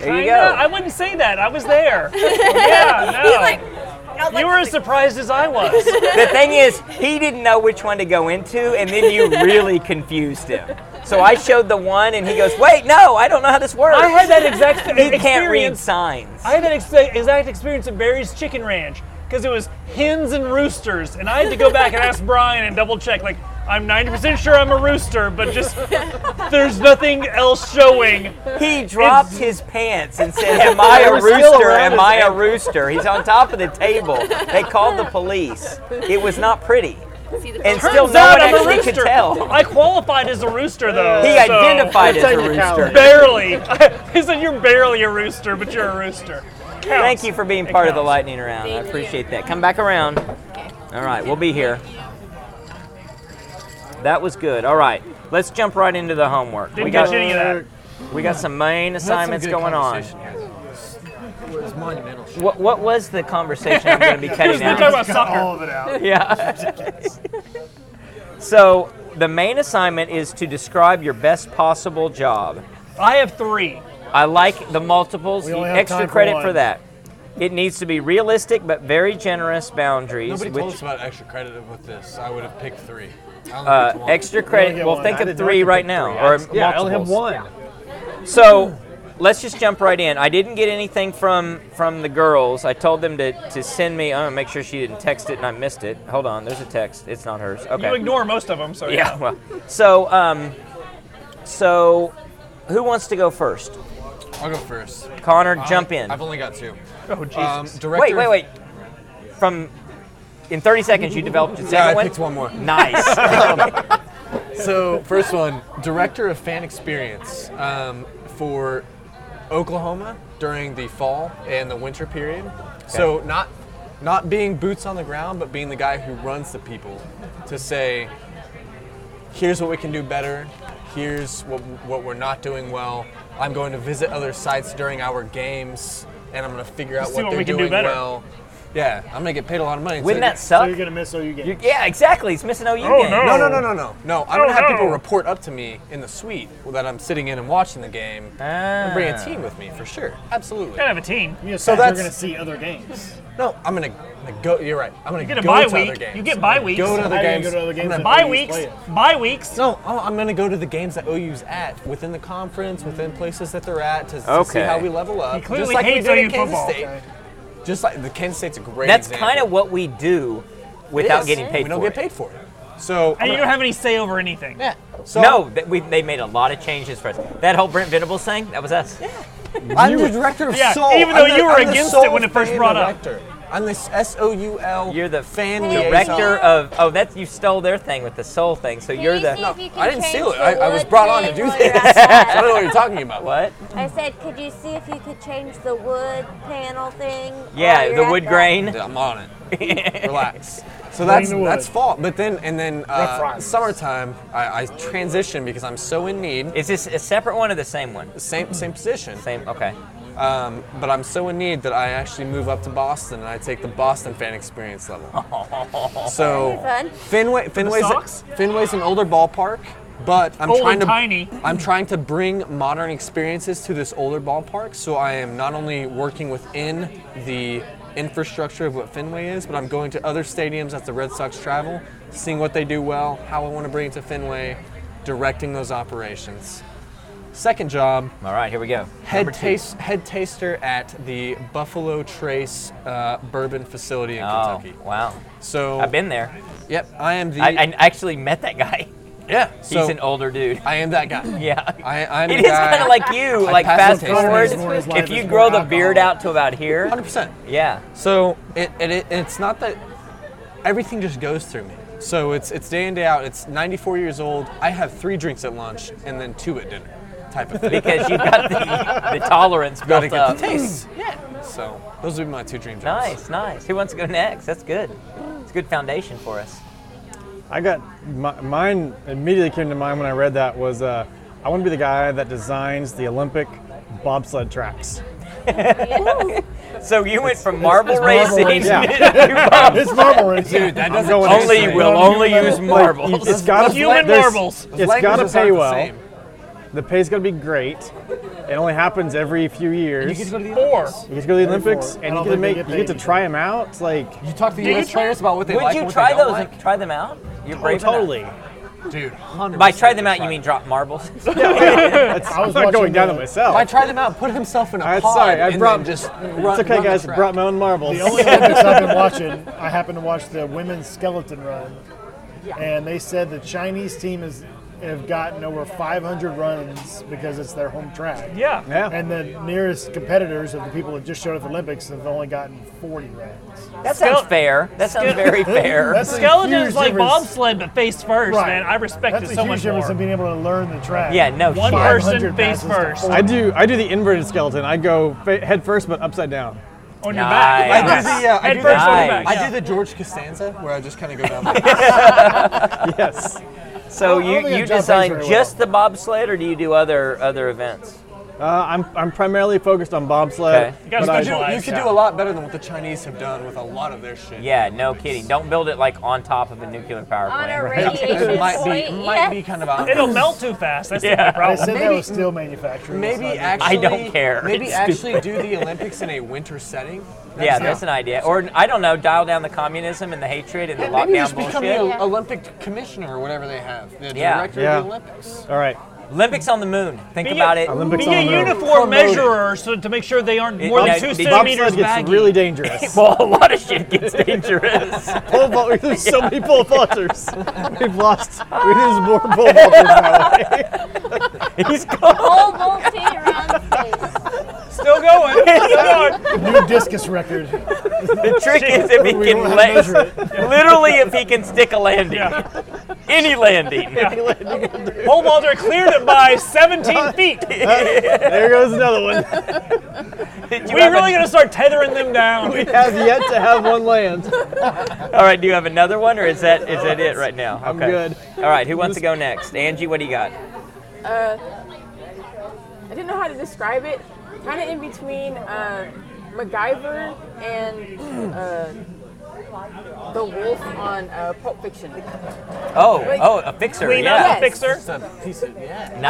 There you Kinda. go. I wouldn't say that. I was there. yeah, no. He's like, And I was like, you were as surprised as I was. the thing is, he didn't know which one to go into, and then you really confused him. So I showed the one, and he goes, "Wait, no, I don't know how this works." I had that exact He experience. can't read signs. I had that ex- exact experience at Barry's Chicken Ranch because it was hens and roosters, and I had to go back and ask Brian and double check. Like, I'm 90% sure I'm a rooster, but just there's nothing else showing. He dropped his pants and said, "Am I They a were still rooster? around Am his I a ankle. rooster?" He's on top of the table. They called the police. It was not pretty. See And the Turns still no out one I'm a actually could rooster. tell. I qualified as a rooster, though. He so- identified as a rooster. Barely. he said, You're barely a rooster, but you're a rooster. Thank you for being It part of the counts. lightning round. I appreciate that. Come back around. All right, we'll be here. That was good. All right, let's jump right into the homework. Didn't catch any of that. We got some main That's some assignments good going on. It was monumental. What, what was the conversation I'm going to be cutting out? Yeah. so the main assignment is to describe your best possible job. I have three. I like the multiples. We only have Extra time for credit one. for that. It needs to be realistic but very generous boundaries. Nobody which told us about extra credit with this. I would have picked three. I only uh, picked one. extra credit. Well, think of three right now, or multiples. So let's just jump right in. I didn't get anything from from the girls. I told them to, to send me. I'm gonna make sure she didn't text it, and I missed it. Hold on, there's a text. It's not hers. Okay. You ignore most of them, so yeah. Well, so um, so who wants to go first? I'll go first. Connor, Uh, jump in. I've only got two. Oh Um, director wait, wait, wait. From in 30 seconds, you developed a second yeah, I one. picked one more. Nice. so first one, director of fan experience um, for Oklahoma during the fall and the winter period. So not not being boots on the ground, but being the guy who runs the people to say, here's what we can do better. Here's what, what we're not doing well. I'm going to visit other sites during our games, and I'm going to figure out See what, what they're we can do doing better. well. Yeah, I'm going to get paid a lot of money. Wouldn't that suck? you're gonna miss OU games. yeah, exactly. He's missing OU Oh, games. Oh, No, no, no, no, no. No, I'm Oh, gonna have no. people report up to me in the suite that I'm sitting in and watching the game. And bring a team with me for sure. Absolutely. Gotta Ah. have a team. So that's that's You're gonna see other games. No, I'm gonna, I'm gonna go. You're right. I'm gonna You get a go bye to other week. games. You get bye I'm gonna weeks. Go to other How do you games. go to other games I'm gonna- if Bye OU's weeks. playing? Bye weeks. No, oh, I'm- I'm gonna go to the games that OU's at within the conference, within places that they're at to, to see Okay. how we level up. He clearly Just like we hates did at OU Kansas football. State. Just like the Kansas State's a great. That's example. kind of what we do without is. getting paid We don't for get paid for it. So And you don't have any say over anything. Yeah. no, that we, they made a lot of changes for us. That whole Brent Venables thing, that was us. Yeah. I'm the director of Yeah, Soul. even though I'm the- you were I'm the against Soul it when it first fan brought up. director. up. I'm the S O U L. You're the fan Director liaison. of oh that's you stole their thing with the soul thing so you're the No, I didn't steal it. I, I was brought on to do this. outside? I don't know what you're talking about. What? I said, could you see if you could change the wood panel thing? while Oh, yeah you're the at wood that? grain I'm on it relax so Bring that's the wood. that's fall but then and then Rough uh, riders. summertime I, I transition because I'm so in need is this a separate one or the same one same same position same okay um, but I'm so in need that I actually move up to Boston and I take the Boston fan experience level so That'd be fun. Fenway Fenway's socks? Fenway's an older ballpark but I'm Old trying and to tiny. I'm trying to bring modern experiences to this older ballpark. So I am not only working within the infrastructure of what Fenway is, but I'm going to other stadiums as the Red Sox travel, seeing what they do well, how I want to bring it to Fenway, directing those operations. Second job. All right, here we go. Head Number two. taste head taster at the Buffalo Trace uh, Bourbon facility in Oh, Kentucky. wow. So I've been there. Yep, I am the. I, I actually met that guy Yeah, he's so- an older dude I am that guy. yeah I, I'm it the is guy- kind of like you I like pass fast the taste forward if test. you grow the beard out to about here 100% yeah So it, it, it it's not that everything just goes through me. So it's it's day in day out. It's 94 years old. I have three drinks at lunch and then two at dinner, type of thing. Because you've got the- the tolerance Gotta built get up. the taste. Yeah. So those would be my two dream jobs. nice nice who wants to go next that's good it's a good foundation for us I got my, mine immediately came to mind when I read that was uh, I want to be the guy that designs the Olympic bobsled tracks. so you went from marble It's marble racing to Yeah. bobsled. it's marble racing. Dude, that I'm doesn't going taste extreme. Only- we'll only use Like, marbles. it's gotta Human there's- marbles. It's got to Languages aren't pay the well. same. The pay's gonna be great. It only happens every few years. get to go to the Four. Olympics. You get to go to the Every four. Olympics, I and you don't get to think they make. get you get to paid. try them out. It's like you talk to the US players about what they Would like you and what try they don't those? like? Try them out? You're Oh, brave enough. totally. Dude, By try them out, you mean drop marbles? That's- I was I'm not going watching down the- to myself. I tried them out. Put himself in a I'm pod. sorry. I and brought then just. just. It's okay, guys. I brought my own marbles. The only Olympics I've been watching, I happened to watch the women's skeleton run, and they said the Chinese team is have gotten over 500 runs because it's their home track. Yeah. Yeah. And the nearest competitors of the people that just showed up at the Olympics have only gotten 40 runs. That sounds fair. That sounds very fair. That's a Skeleton huge is like difference. bobsled, but face first, Right. man. I respect That's it a so huge much difference more. in being able to learn the track. One person face first. I do. I do the inverted skeleton. I go fa- head first, but upside down. On your back. Nice. I do the, uh, I Head do the- first on your back, I I do do the George Costanza where I just kind of go down. yes. So I don't- I don't you, think you I jump design very well. just the bobsled, or do you do other other events? Uh, I'm, I'm primarily focused on bobsled. Okay. You You but I- could, do, you could do a lot better than what the Chinese have done with a lot of their shit. Yeah, no kidding. Don't build it like on top of a nuclear power On plant. a radiation It might be- it mm. point, might yes. be kind of obvious. It'll melt too fast. That's the only They problem. said that was steel manufacturing. Maybe so actually, I don't care. Maybe It's actually stupid. do the Olympics in a winter setting. yeah, that's an idea. Or I don't know, dial down the communism and the hatred and the Maybe lockdown just become the bullshit. Olympic commissioner or whatever they have. The Yeah. director Yeah. of the Olympics. All right. Olympics on the moon. Think Be about a, it. be a uniform measurer so to make sure they aren't It- more now, than two the centimeters bobsled gets baggy. really dangerous. well, a lot of shit gets dangerous. Pole vault. There's so many pole vaulters. We've lost. We lose more pole vaulters that way. He's Whole multi around Still going. New discus record. The trick is if he We can don't have to land, measure it. literally if he can stick a landing, any landing. Home Walter cleared it by 17 feet. there goes another one. We really gonna start tethering them down. we have yet to have one land. All right, do you have another one, or is that is that it right now? I'm good. All right, who wants to go next? Angie, what do you got? Uh, I didn't know how to describe it. Kind of in between uh, MacGyver and uh, the wolf on uh, Pulp Fiction. Oh, Like- oh, a fixer. Clean up, yeah, a fixer. It's Nice. I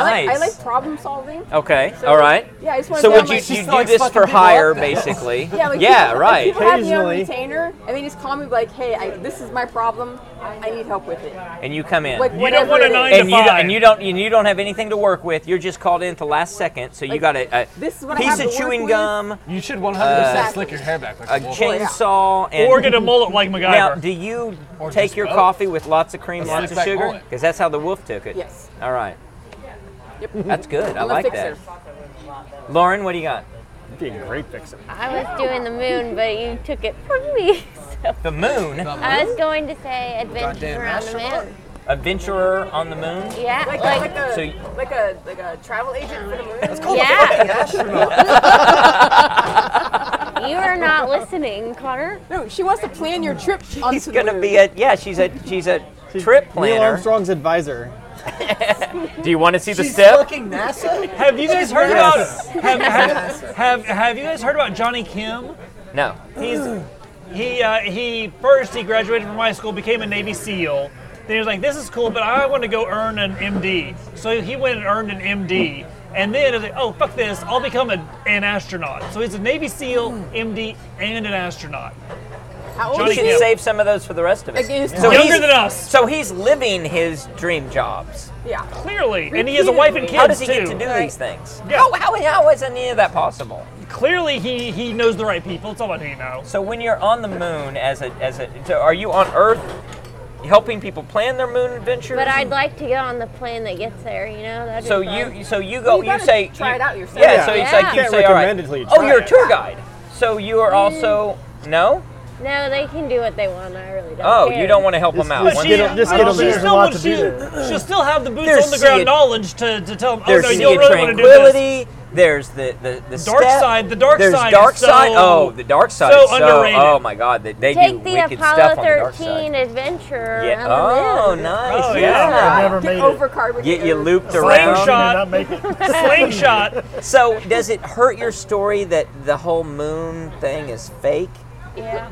like, I like problem solving. Okay. All right. Yeah, I just want so to would you, you do this for hire, basically? yeah, like yeah. people, right. Like people have me on retainer, and they just call me like, "Hey, I, this is my problem. I need help with it." and you come in. Like, You don't whatever want a it is. nine to and you, five. And you don't. And you don't have anything to work with. You're just called in at the last second, so you uh, Like, got a, a this is what I piece have of to work chewing with. gum. You should 100% 100% slick your hair Oh, back like a a wolf. chainsaw and Or get a mullet like MacGyver. Now, do you Or take just your both. coffee with lots of cream, A lots of six-pack sugar? mullet. Because that's how the wolf took it. Yes. All right. Yep. That's good. I I'm a like fixer. that. Lauren, what do you got? Be a great fixer. I was doing the moon, but you took it from me. So The moon. I was going to say Goddamn adventure on the moon. Adventurer on the moon. Yeah, Like, like- like, a, So y- like a like a travel agent for the moon. you are not listening, Connor. No, she wants to plan your trip. She's gonna be a yeah. She's a she's a trip Neil planner. Armstrong's advisor. Do you want to see the She's step? fucking NASA? Have you guys heard Yes. about have, have, have, have you guys heard about Johnny Kim? No. He's he uh, he first he graduated from high school, became a Navy SEAL. Then he was like, "This is cool, but I want to go earn an MD." So he went and earned an MD, and then he was like, "Oh fuck this! I'll become a, an astronaut." So he's a Navy SEAL, MD, and an astronaut. How We should save some of those for the rest of us. Against Younger he's- than us. So he's living his dream jobs. Yeah. Clearly, and he has a wife and kids How does he too. get to do these things? How, how, how is any of that possible? Clearly, he, he knows the right people. It's all about who you know. So when you're on the moon as a as a, so are you on Earth helping people plan their moon adventures? But I'd like to get on the plane that gets there. You know, that'd be So fun. you so you go Well, you you gotta say try you- it out yourself. Yeah, Yeah. so it's Yeah. Mm. like you Can't say all right. recommend it till you oh, try you're a it. tour guide. So you are also no. No, they can do what they want. I really don't. Oh, care. you don't want to help them out. One- she still would- she, she'll still have the boots There's on the ground sea- knowledge to, to tell them, oh There's no, sea you don't of really want to do this. tranquility. There's the the, the Dark step. side- the dark There's side Dark is so- side. Oh, the dark side. so is underrated. Oh my God, they, they do Take the wicked Apollo stuff on the dark side. 13 adventure. Yeah. on Oh, the moon. nice. yeah. Get you looped around. Slingshot. Slingshot. So, does it hurt your story that the whole moon thing is fake? Yeah.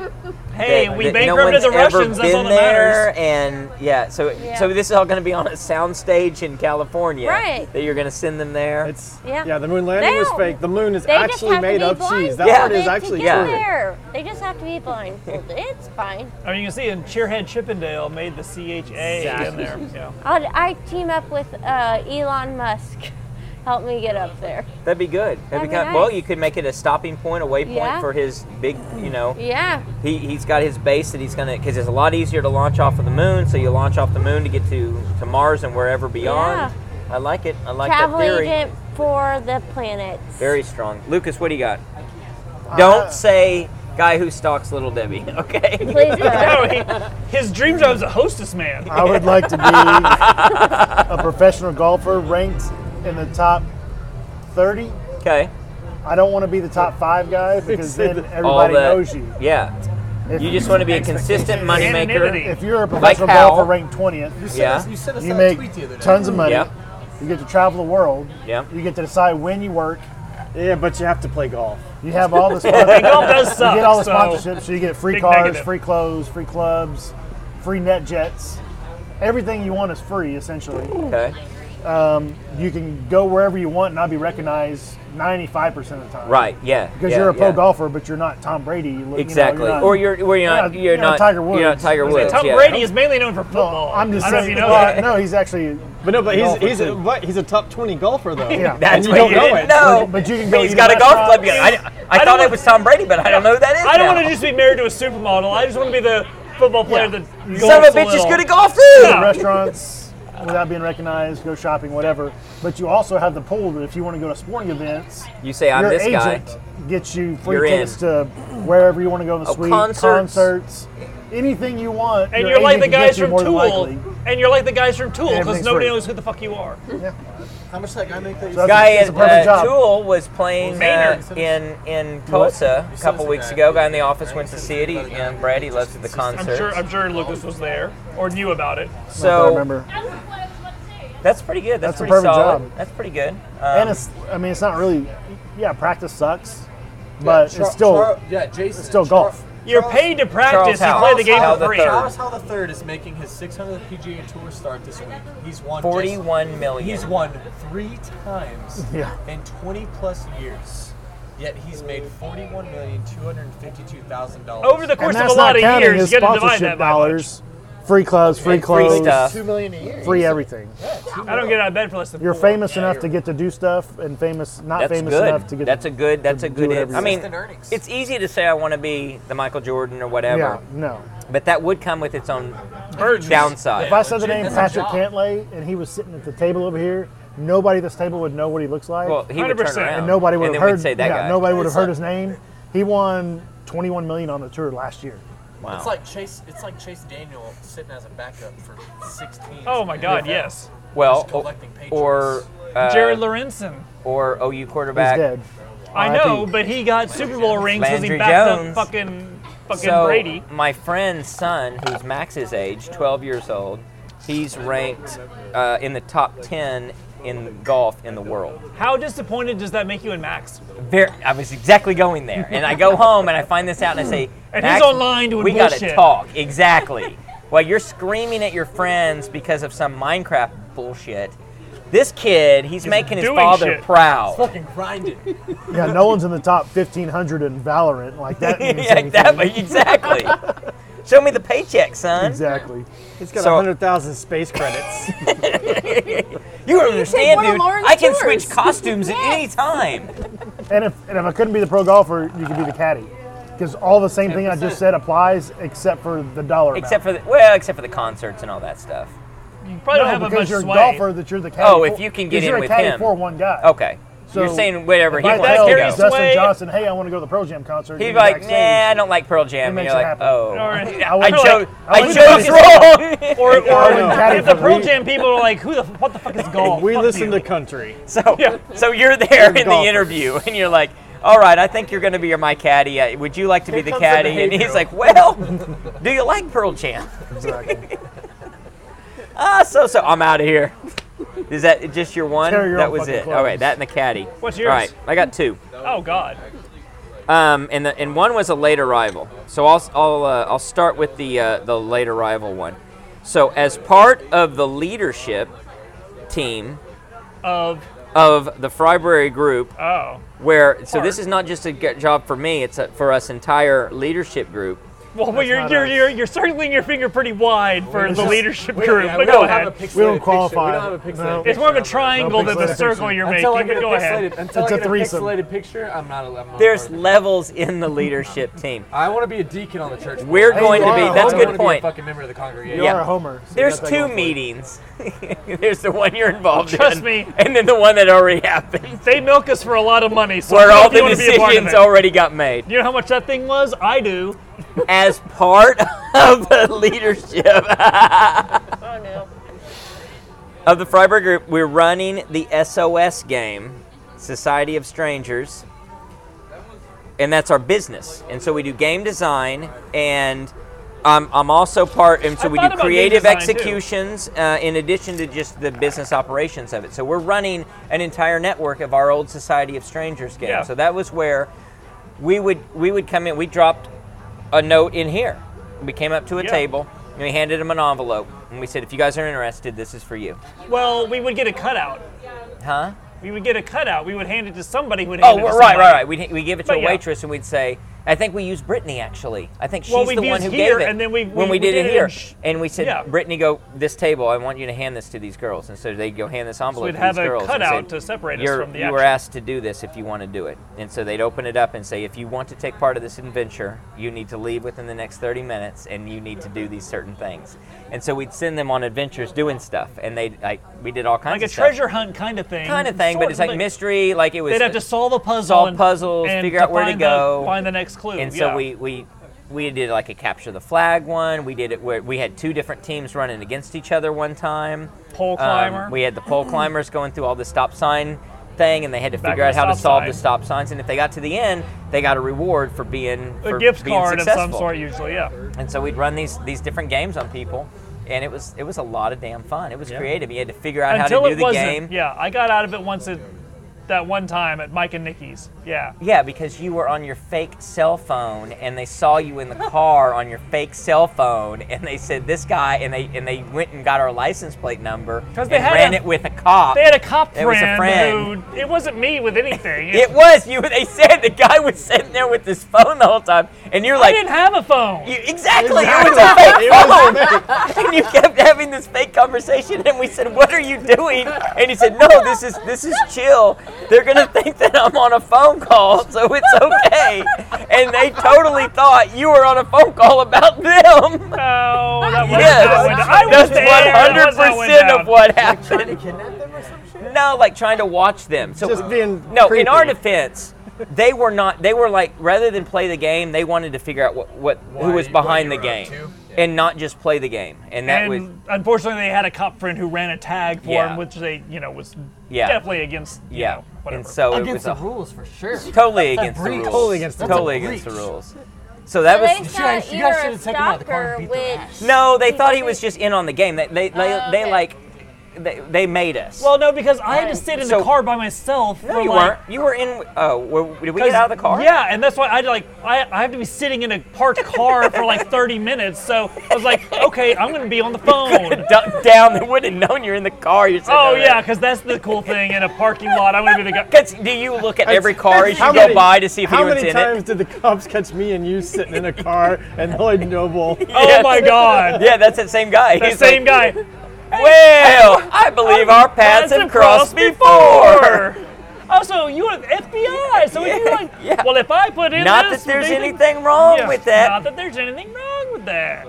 Hey, that- we that bankrupted the no one's ever Russians. That's all been that matters. there, And yeah, so Yeah. so this is all going to be on a soundstage in California. Right. That you're going to send them there. It's Yeah. the moon landing They was don't- fake. The moon is They just actually have to made be of cheese. That Yeah. part is blindfolded actually to get true. There. They just have to be blindfolded. It's fine. I mean, you can see in Cheerhead Chippendale made the CHA in there. Yeah. I'll, I team up with uh, Elon Musk. Help me get up there. That'd be good. That'd, That'd be be kind well. nice. You could make it a stopping point, a waypoint Yeah. for his big. You know. Yeah. He, he's got his base that he's gonna because it's a lot easier to launch off of the moon. So you launch off the moon to get to, to Mars and wherever beyond. I like it. I like Travel that theory. agent for the planet. Very strong. Lucas, what do you got? Don't say guy who stalks Little Debbie, okay? Please no, he, his dream job's a hostess man. I would like to be a professional golfer ranked in the top 30. Okay. I don't want to be the top five guy because said then that- everybody All the- knows you. Yeah. You just want to be a consistent moneymaker. If you're a like professional Hal. golfer ranked 20th, You sent Yeah. us- you sent us you that make tweet the other day. tons of money. Yep. You get to travel the world. Yep. You get to decide when you work. Yeah, but you have to play golf. You have all the Golf sponsorships. does suck, You get all the so- sponsorships, so you get free Big cars, negative. free clothes, free clubs, free net jets. Everything you want is free, essentially. Okay. Um, you can go wherever you want and not be recognized 95% of the time. Right, yeah, Because yeah, you're a pro yeah. golfer, but you're not Tom Brady. You look- you know, Exactly. you're not- Or you're- or you're not- you're not- Tiger Woods. you're not Tiger I was gonna Woods, say, Tom yeah. Brady is mainly known for football. I'm just I don't know saying. if you know well, that. No, he's actually. But no, but he's golfer, he's a, too. but he's a top twenty golfer though. Yeah. And That's you what don't you know didn't it. know. But you can But go he's eat got a at golf restaurants. club. I, I, thought it was Tom Brady, but I don't know who that is. I don't now. want to just be married to a supermodel. I just want to be the football player that Son of a bitch is good at golf too. Go to Restaurants without being recognized, go shopping, whatever. But you also have the pool that if you want to go to sporting events, You say, I'm your this agent guy. Gets you free You're in. tickets to wherever you want to go in the Oh, suite, concerts. concerts, anything you want. And your you're like agent the can get guys you from more than Tool. likely. And you're like the guys from Tool because Everything's nobody free. knows who the fuck you are. How much that guy make that? This guy is at uh, Tool was playing uh, Maynard. in in Tulsa a couple weeks ago. Guy in the office went to see it. He- And Brad, he loves the I'm sure, concert. I'm sure Lucas was there or knew about it. So- remember. That's pretty good. That's, That's a pretty perfect solid. job. That's pretty good. Um, and it's, I mean, it's not really, yeah, practice sucks, but it's still, yeah, Jason. it's still golf. You're paid to practice. Charles you play the game Howell for the free. third. Charles Howell III is making his 600th PGA Tour start this week. He's won just- 41 million. He's won three times Yeah. in 20 plus years. Yet he's made 41 million 252,000 dollars Over the course of a lot of years, you got to divide that by. dollars, free clubs, free And free clothes, stuff. Two million a year. free everything. I don't get out of bed for less than You're four. famous enough to get to do stuff, and famous not That's famous good. enough to get. that's a good. That's a do good. whatever I you mean, want. it's easy to say I want to be the Michael Jordan or whatever. Yeah, no. But that would come with its own Burdens. downside. If I said the name Patrick Cantlay and he was sitting at the table over here, nobody at this table would know what he looks like. Well, he would turn 100%. around, and nobody would and have then we'd heard. say that yeah, guy. nobody would have It's heard like- his name. He won 21 million on the tour last year. It's like Chase. It's like Chase Daniel sitting as a backup for 16. Oh my God, yes. Well, o- collecting paychecks. or uh, Jared Lorenzen. or OU quarterback. I know, but he got Super Bowl rings because he Landry backed Jones. up fucking fucking so Brady. my friend's son, who's Max's age, 12 years old, he's ranked uh, in the top 10 in golf in the world. How disappointed does that make you in Max? Very, I was exactly going there, and I go home and I find this out and I say, And he's "Max, online doing We gotta bullshit." talk exactly. While you're screaming at your friends because of some Minecraft bullshit, this kid he's, making his doing father shit. proud. fucking grinding. Yeah, no one's in the top 1500 in Valorant like that. Means Yeah, anything. that- exactly. Show me the paycheck, son. Exactly. He's got So- 100,000 space credits. You don't understand, one of dude. Lauren's I can tours. switch costumes at any time. And if and if I couldn't be the pro golfer, you could be the caddy, because all the same thing I just said applies except for the dollar. amount. Except for the, well, except for the concerts and all that stuff. You probably no, don't have a because much you're sway. a golfer that you're the caddy. Oh, if for- you can because get in you're with a caddy him. for one guy. Okay. So You're saying whatever if he I wants tell to go. Dustin Johnson, hey, I want to go to the pro jam concert. He's He's like, nah, I don't like Pearl It Jam. And makes you're you like, happy. oh, Or- I, or chose, like- I who the chose fuck wrong. is- Or, I or wouldn't if the Pearl Jam people are like, who the f- what the fuck is golf? we Fuck listen you. to country. So, so you're there You're in the golfers. interview, and you're like, all right, I think you're going to be my caddy. Uh, Would you like to Here be the comes the caddy? And he's behavioral. like, well, do you like Pearl Jam? Ah, so so I'm out of here. Is that just your one? Tear your that own was fucking it. clothes. All right, that and the caddy. What's All right, yours? I got two. Oh God. Um, and the, and one was a late arrival. So I'll I'll uh, I'll start with the uh, the late arrival one. So as part of the leadership team Of of the Fryberry group, oh, where so this is not just a g- job for me; it's a, for us entire leadership group. well, well you're, not you're, us. you're you're circling your finger pretty wide for It's the just- leadership we- group. yeah, but we go don't have ahead. a picture. We don't qualify. No. It's more of a triangle than the circle you're Until I making. get But go a ahead. pixelated- Until I get a pixelated picture, I'm not allowed. There's levels in the leadership team. I want to be a deacon on the church. board. We're going to be. That's a I good wanna be point. a fucking member of the congregation. Yeah. There's two meetings. There's the one you're involved Trust in. me. And then the one that already happened. They milk us for a lot of money, so where I all hope you the wanna be a part of decisions it. already got made. You know how much that thing was? I do. As part of the leadership. Oh no. of the Freiburg group, we're running the SOS game, Society of Strangers, and that's our business. And so we do game design, and I'm, I'm also part. And so I we thought do about game creative design, too. executions uh, in addition to just the business operations of it. So we're running an entire network of our old Society of Strangers game. Yeah. So that was where we would we would come in. We dropped a note in here. We came up to a Yeah. table and we handed them an envelope and we said, if you guys are interested, this is for you. Well, we would get a cutout. Huh? We would get a cutout. We would hand it to somebody who would Oh, hand it to right, right, somebody. right. We'd, we give it to But a yeah. waitress and we'd say, I think we used Brittany actually. I think she's Well, we've the one used who here, gave it. and then we- when we, we- we did, it did it here, in sh- and we said, yeah. Brittany, go this table. I want you to hand this to these girls. And so they'd go hand this envelope. we'd to have these a girls and cutout say, to separate us "You're- from the You were action." asked to do this if you want to do it. And so they'd open it up and say, if you want to take part of this adventure, you need to leave within the next 30 minutes, and you need to do these certain things. And so we'd send them on adventures doing stuff, and they like we did all kinds Like a of stuff. treasure hunt kind of thing. Kind of thing, Sort but it's like of mystery. Like it was. They'd have to solve a puzzle. Solve and- puzzles, and figure out where to find the- go, find the next clue. And yeah. so we we we did like a capture the flag one. We did it where we had two different teams running against each other one time. Pole Um, climber. we had the pole climbers going through all the stop sign thing, and they had to Back figure to out the how to stop solve sign. the stop signs. And if they got to the end, they got a reward for being a for gift being card of successful. some sort usually. Yeah. And so we'd run these these different games on people, and it was it was a lot of damn fun. It was Yeah. creative. You had to figure out Until how to do it the wasn't. game. Yeah, I got out of it once at that one time at Mike and Nikki's. Yeah. Yeah, because you were on your fake cell phone, and they saw you in the car on your fake cell phone, and they said this guy, and they and they went and got our license plate number and they had ran a- it with a cop. They had a cop friend, It was a friend. who it wasn't me with anything. It was you. They said the guy was sitting there with his phone the whole time, and you're like, I didn't have a phone. exactly, it was a fake phone. and you kept having this fake conversation, and we said, "What are you doing?" And he said, "No, this is this is chill. They're gonna think that I'm on a phone call, so it's okay." And they totally thought you were on a phone call about them. No, Oh, that was how it went down. I was that's there. That one hundred was how it went percent down. of what happened. No, like trying to watch them. So Just being no. creepy. In our defense, they were not. They were like rather than play the game, they wanted to figure out what, what who was behind the game and not just play the game. And that and was unfortunately, they had a cop friend who ran a tag for Yeah. him, which they, you know, was Yeah. definitely against. You yeah. know, whatever. and so Against it the was a, rules for sure. Totally against the Breach. rules. Totally against the Totally rules. against the rules. So that they was. thought guys- you you guys were should a have taken him out of the car stalker, and beat which No, they thought he was just in on the game. They they they, Oh, they okay. like they, they made us. Well, no, because I had to sit in the So- car by myself. no, for you like, weren't. You were in. Oh, were, did we get out of the car? Yeah, and that's why I like I, I have to be sitting in a parked car for like 30 minutes. So I was like, okay, I'm gonna be on the phone. Duck down. They wouldn't have known you're in the car. You're sitting Oh over yeah, there. because that's the cool thing in a parking lot. I'm gonna be the guy. Cause do you look at every car as you go by to see if how anyone's many in times it? did the cops catch me and you sitting in a car and Lloyd Noble? Oh Yes. Yeah, that's that same guy. That He's same like, guy. Well, I believe our paths have crossed before. Also, Oh, you are the FBI, so if you like, well, if I put in Not this, that there's they- anything wrong with that. Not that there's anything wrong with that.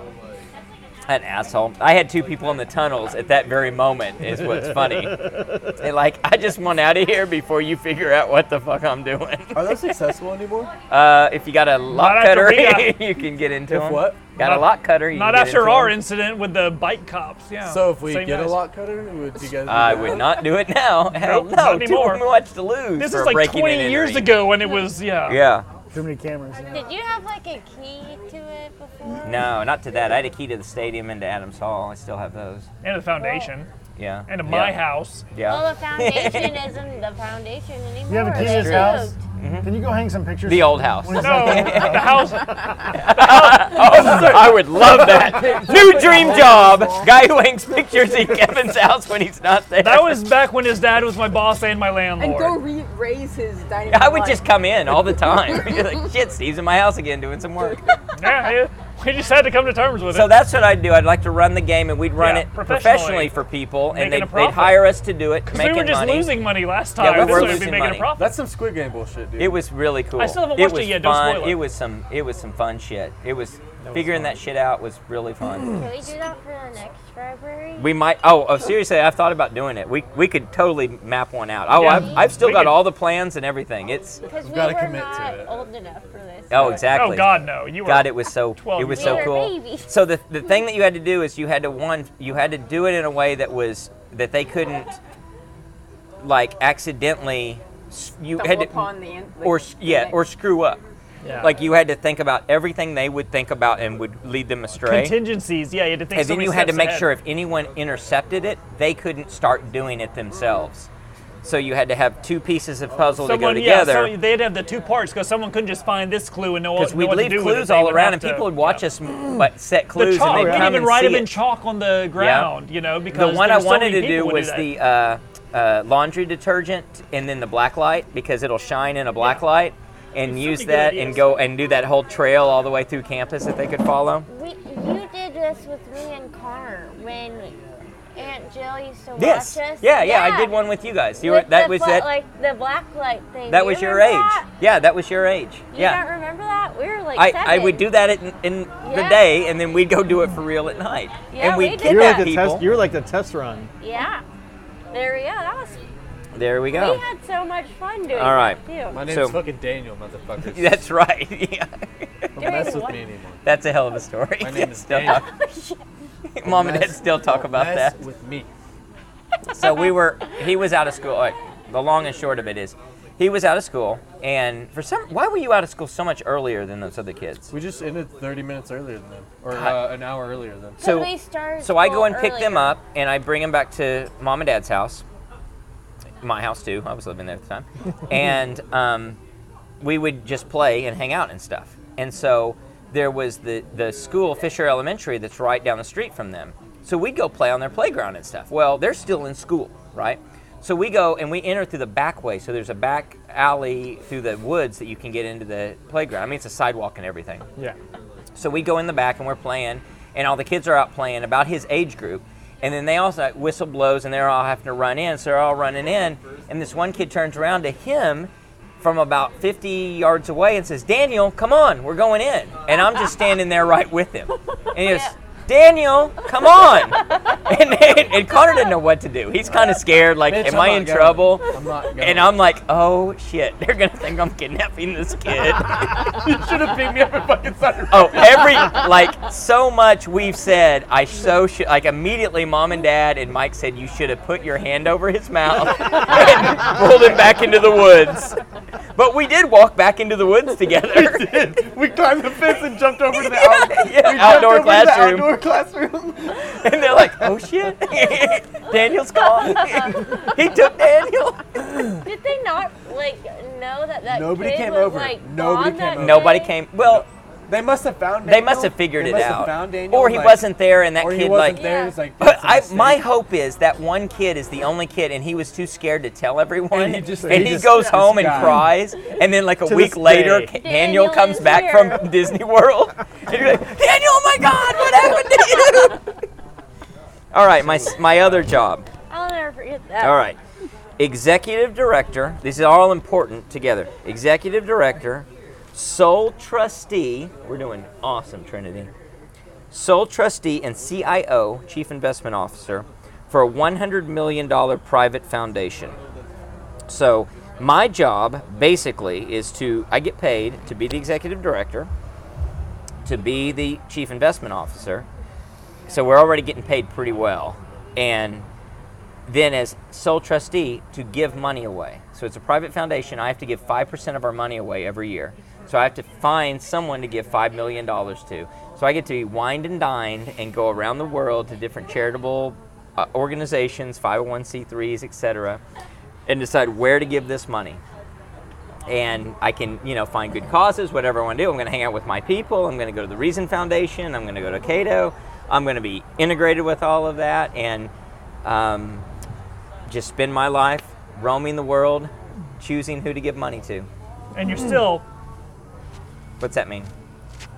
An asshole. I had two people in the tunnels at that very moment. Is what's funny. They're like, I just want out of here before you figure out what the fuck I'm doing. Are those accessible anymore? Uh, if you got a Not lock cutter, after we got- you can get into If them. what? Got Not- a lock cutter? You Not can get after into our 'em. incident with the bike cops. Yeah. So if we Same get guys. a lock cutter, would you guys? I would not do it now. Hell no, Nope, not too anymore. much to lose. This for is like breaking 20 and years entering. ago when it was yeah. Yeah. Too many cameras. Did you have like a key to it before? No, not to that. I had a key to the stadium and to Adams Hall. I still have those. And the foundation. Yeah. And to my Yeah. house. Yeah. Well, the foundation isn't the foundation anymore. have a key to They his house? moved. Can you go hang some pictures? The old house. When he's No, like- the house- Oh, I would love that. New dream job. Guy who hangs pictures in Kevin's house when he's not there. That was back when his dad was my boss and my landlord. And go re- raise his dining I would light. just come in all the time. You're like, shit, Steve's in my house again doing some work. yeah, yeah. We just had to come to terms with it. So that's what I'd do. I'd like to run the game, and we'd run Yeah, it professionally. professionally for people, Making and a they'd, they'd profit. hire us to do it, Because we making were just money. losing money last Yeah, time. we this were way we'd be losing making money. a profit. That's some Squid Game bullshit, dude. It was really cool. I still haven't It watched it was yet, don't Fun. spoil it. It was some. It was some fun shit. It was That was figuring fun. that shit out was really fun. Can we do that for the next library? We might. Oh, oh, seriously, I've thought about doing it. We we could totally map one out. Oh, Yeah. I've, I've still We got could- all the plans and everything. It's. Because we gotta were commit to not old enough for this. Oh, exactly. Oh, God, no. You were God, it was so. 12 It was years old. so We were cool. babies. So the the thing that you had to do is you had to one you had to do it in a way that was that they couldn't, like, accidentally. s- You Stumble had to upon the in- or s- yeah, or screw up. Yeah. Like you had to think about everything they would think about and would lead them astray. Contingencies, yeah, you had to think and so then many you had to steps make ahead. sure if anyone intercepted it, they couldn't start doing it themselves. So you had to have two pieces of puzzle someone, to go yeah, together. so they'd have the two parts because someone couldn't just find this clue and know what because know we'd what to leave do with it. clues They all would around, have and to- people would watch us m- but set clues the chalk. and we they'd didn't come even and write see them in it. chalk on the ground, you know, because the one there I were so wanted many to do people who was that. the uh, uh, laundry detergent and then the black light because it'll shine in a black light and use good that ideas. and go and do that whole trail all the way through campus that they could follow. We, you did this with me and Connor when Aunt Jill used to Yes. watch us. Yeah, yeah, I did one with you guys. You were, With that the was fla- that. Like the black light thing. that You was your age. remember that? Yeah, that was your age. You yeah. don't remember that? We were like I, I would seven. do that at, in the Yeah. day, and then we'd go do it for real at night. Yeah, and we'd we did kidnap that. You were like the people. Test, you were like the test run. Yeah. There we go. That was. there we go. We had so much fun doing All right. that too. My name's So- fucking Daniel, motherfuckers. That's right. Yeah. Don't mess with me anymore. That's a hell of a story. My name is Still Daniel. talk- Mom and Don't Dad mess- still talk don't about mess that. with me. so we were he was out of school like, the long and short of it is he was out of school and for some why were you out of school so much earlier than those other kids We just ended 30 minutes earlier than them, or God. uh, an hour earlier than. them. so we started so i school go and pick them earlier. up and i bring them back to mom and dad's house my house too i was living there at the time and um, we would just play and hang out and stuff and so there was the, the school fisher elementary that's right down the street from them so we'd go play on their playground and stuff well they're still in school right so we go and we enter through the back way so there's a back alley through the woods that you can get into the playground i mean it's a sidewalk and everything Yeah. so we go in the back and we're playing, and all the kids are out playing about his age group. And then they also whistle blows, and they're all having to run in. So they're all running in, and this one kid turns around to him from about 50 yards away and says, "Daniel, come on, we're going in." And I'm just standing there right with him, and he goes, "Daniel, come on!" And, and, and Connor didn't know what to do. He's kind of scared, like, Bitch, "Am I'm I not in going. trouble?" I'm not going. And I'm like, "Oh shit, they're gonna think I'm kidnapping this kid." you should have picked me up and fucking started. Oh, every like so much we've said. I so should like immediately. Mom and Dad and Mike said you should have put your hand over his mouth and pulled him back into the woods. But we did walk back into the woods together. we did. We climbed the fence and jumped over to the out- yeah, we jumped outdoor over to the classroom. outdoor classroom. and they're like, "Oh shit, Daniel's gone. he took Daniel." Did they not like know that that Nobody kid came Uh, was over. like Nobody came gone that over. Nobody came. Well, They must have found. they Daniel. must have figured They it must out, Have found Daniel, or he like- wasn't there, and that or kid he wasn't like. there. It's like But I, my hope is that one kid is the only kid, and he was too scared to tell everyone. And he just- he just- goes this home and guy. cries, and then like a To week this later, day. Ca- Daniel comes back from Disney World. and you're like, Daniel, oh my God, what happened to you? All right, my s- my other job. I'll never forget that. All right, executive director. This is all important together. Executive director, sole trustee. We're doing awesome, Trinity sole trustee and CIO, chief investment officer, for a $100 million private foundation. So, my job basically is to, I get paid to be the executive director, to be the chief investment officer. So, we're already getting paid pretty well. And then, as sole trustee, to give money away. So, it's a private foundation. I have to give 5% of our money away every year. So, I have to find someone to give $5 million to. So, I get to be wined and dined and go around the world to different charitable uh, oh organizations, 501c3s, etc., and decide where to give this money. and I can, you know, find good causes, whatever I want to do. I'm going to hang out with my people. I'm going to go to the Reason Foundation. I'm going to go to Cato. I'm going to be integrated with all of that and um, just spend my life roaming the world, choosing who to give money to. And you're still What's that mean?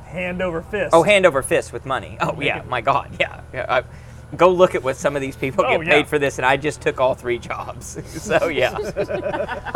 hand over fist. Oh, hand over fist with money. Oh, yeah. My God. Yeah. yeah I, go look at what some of these people Oh, get yeah. paid for this, and I just took all three jobs. so, yeah.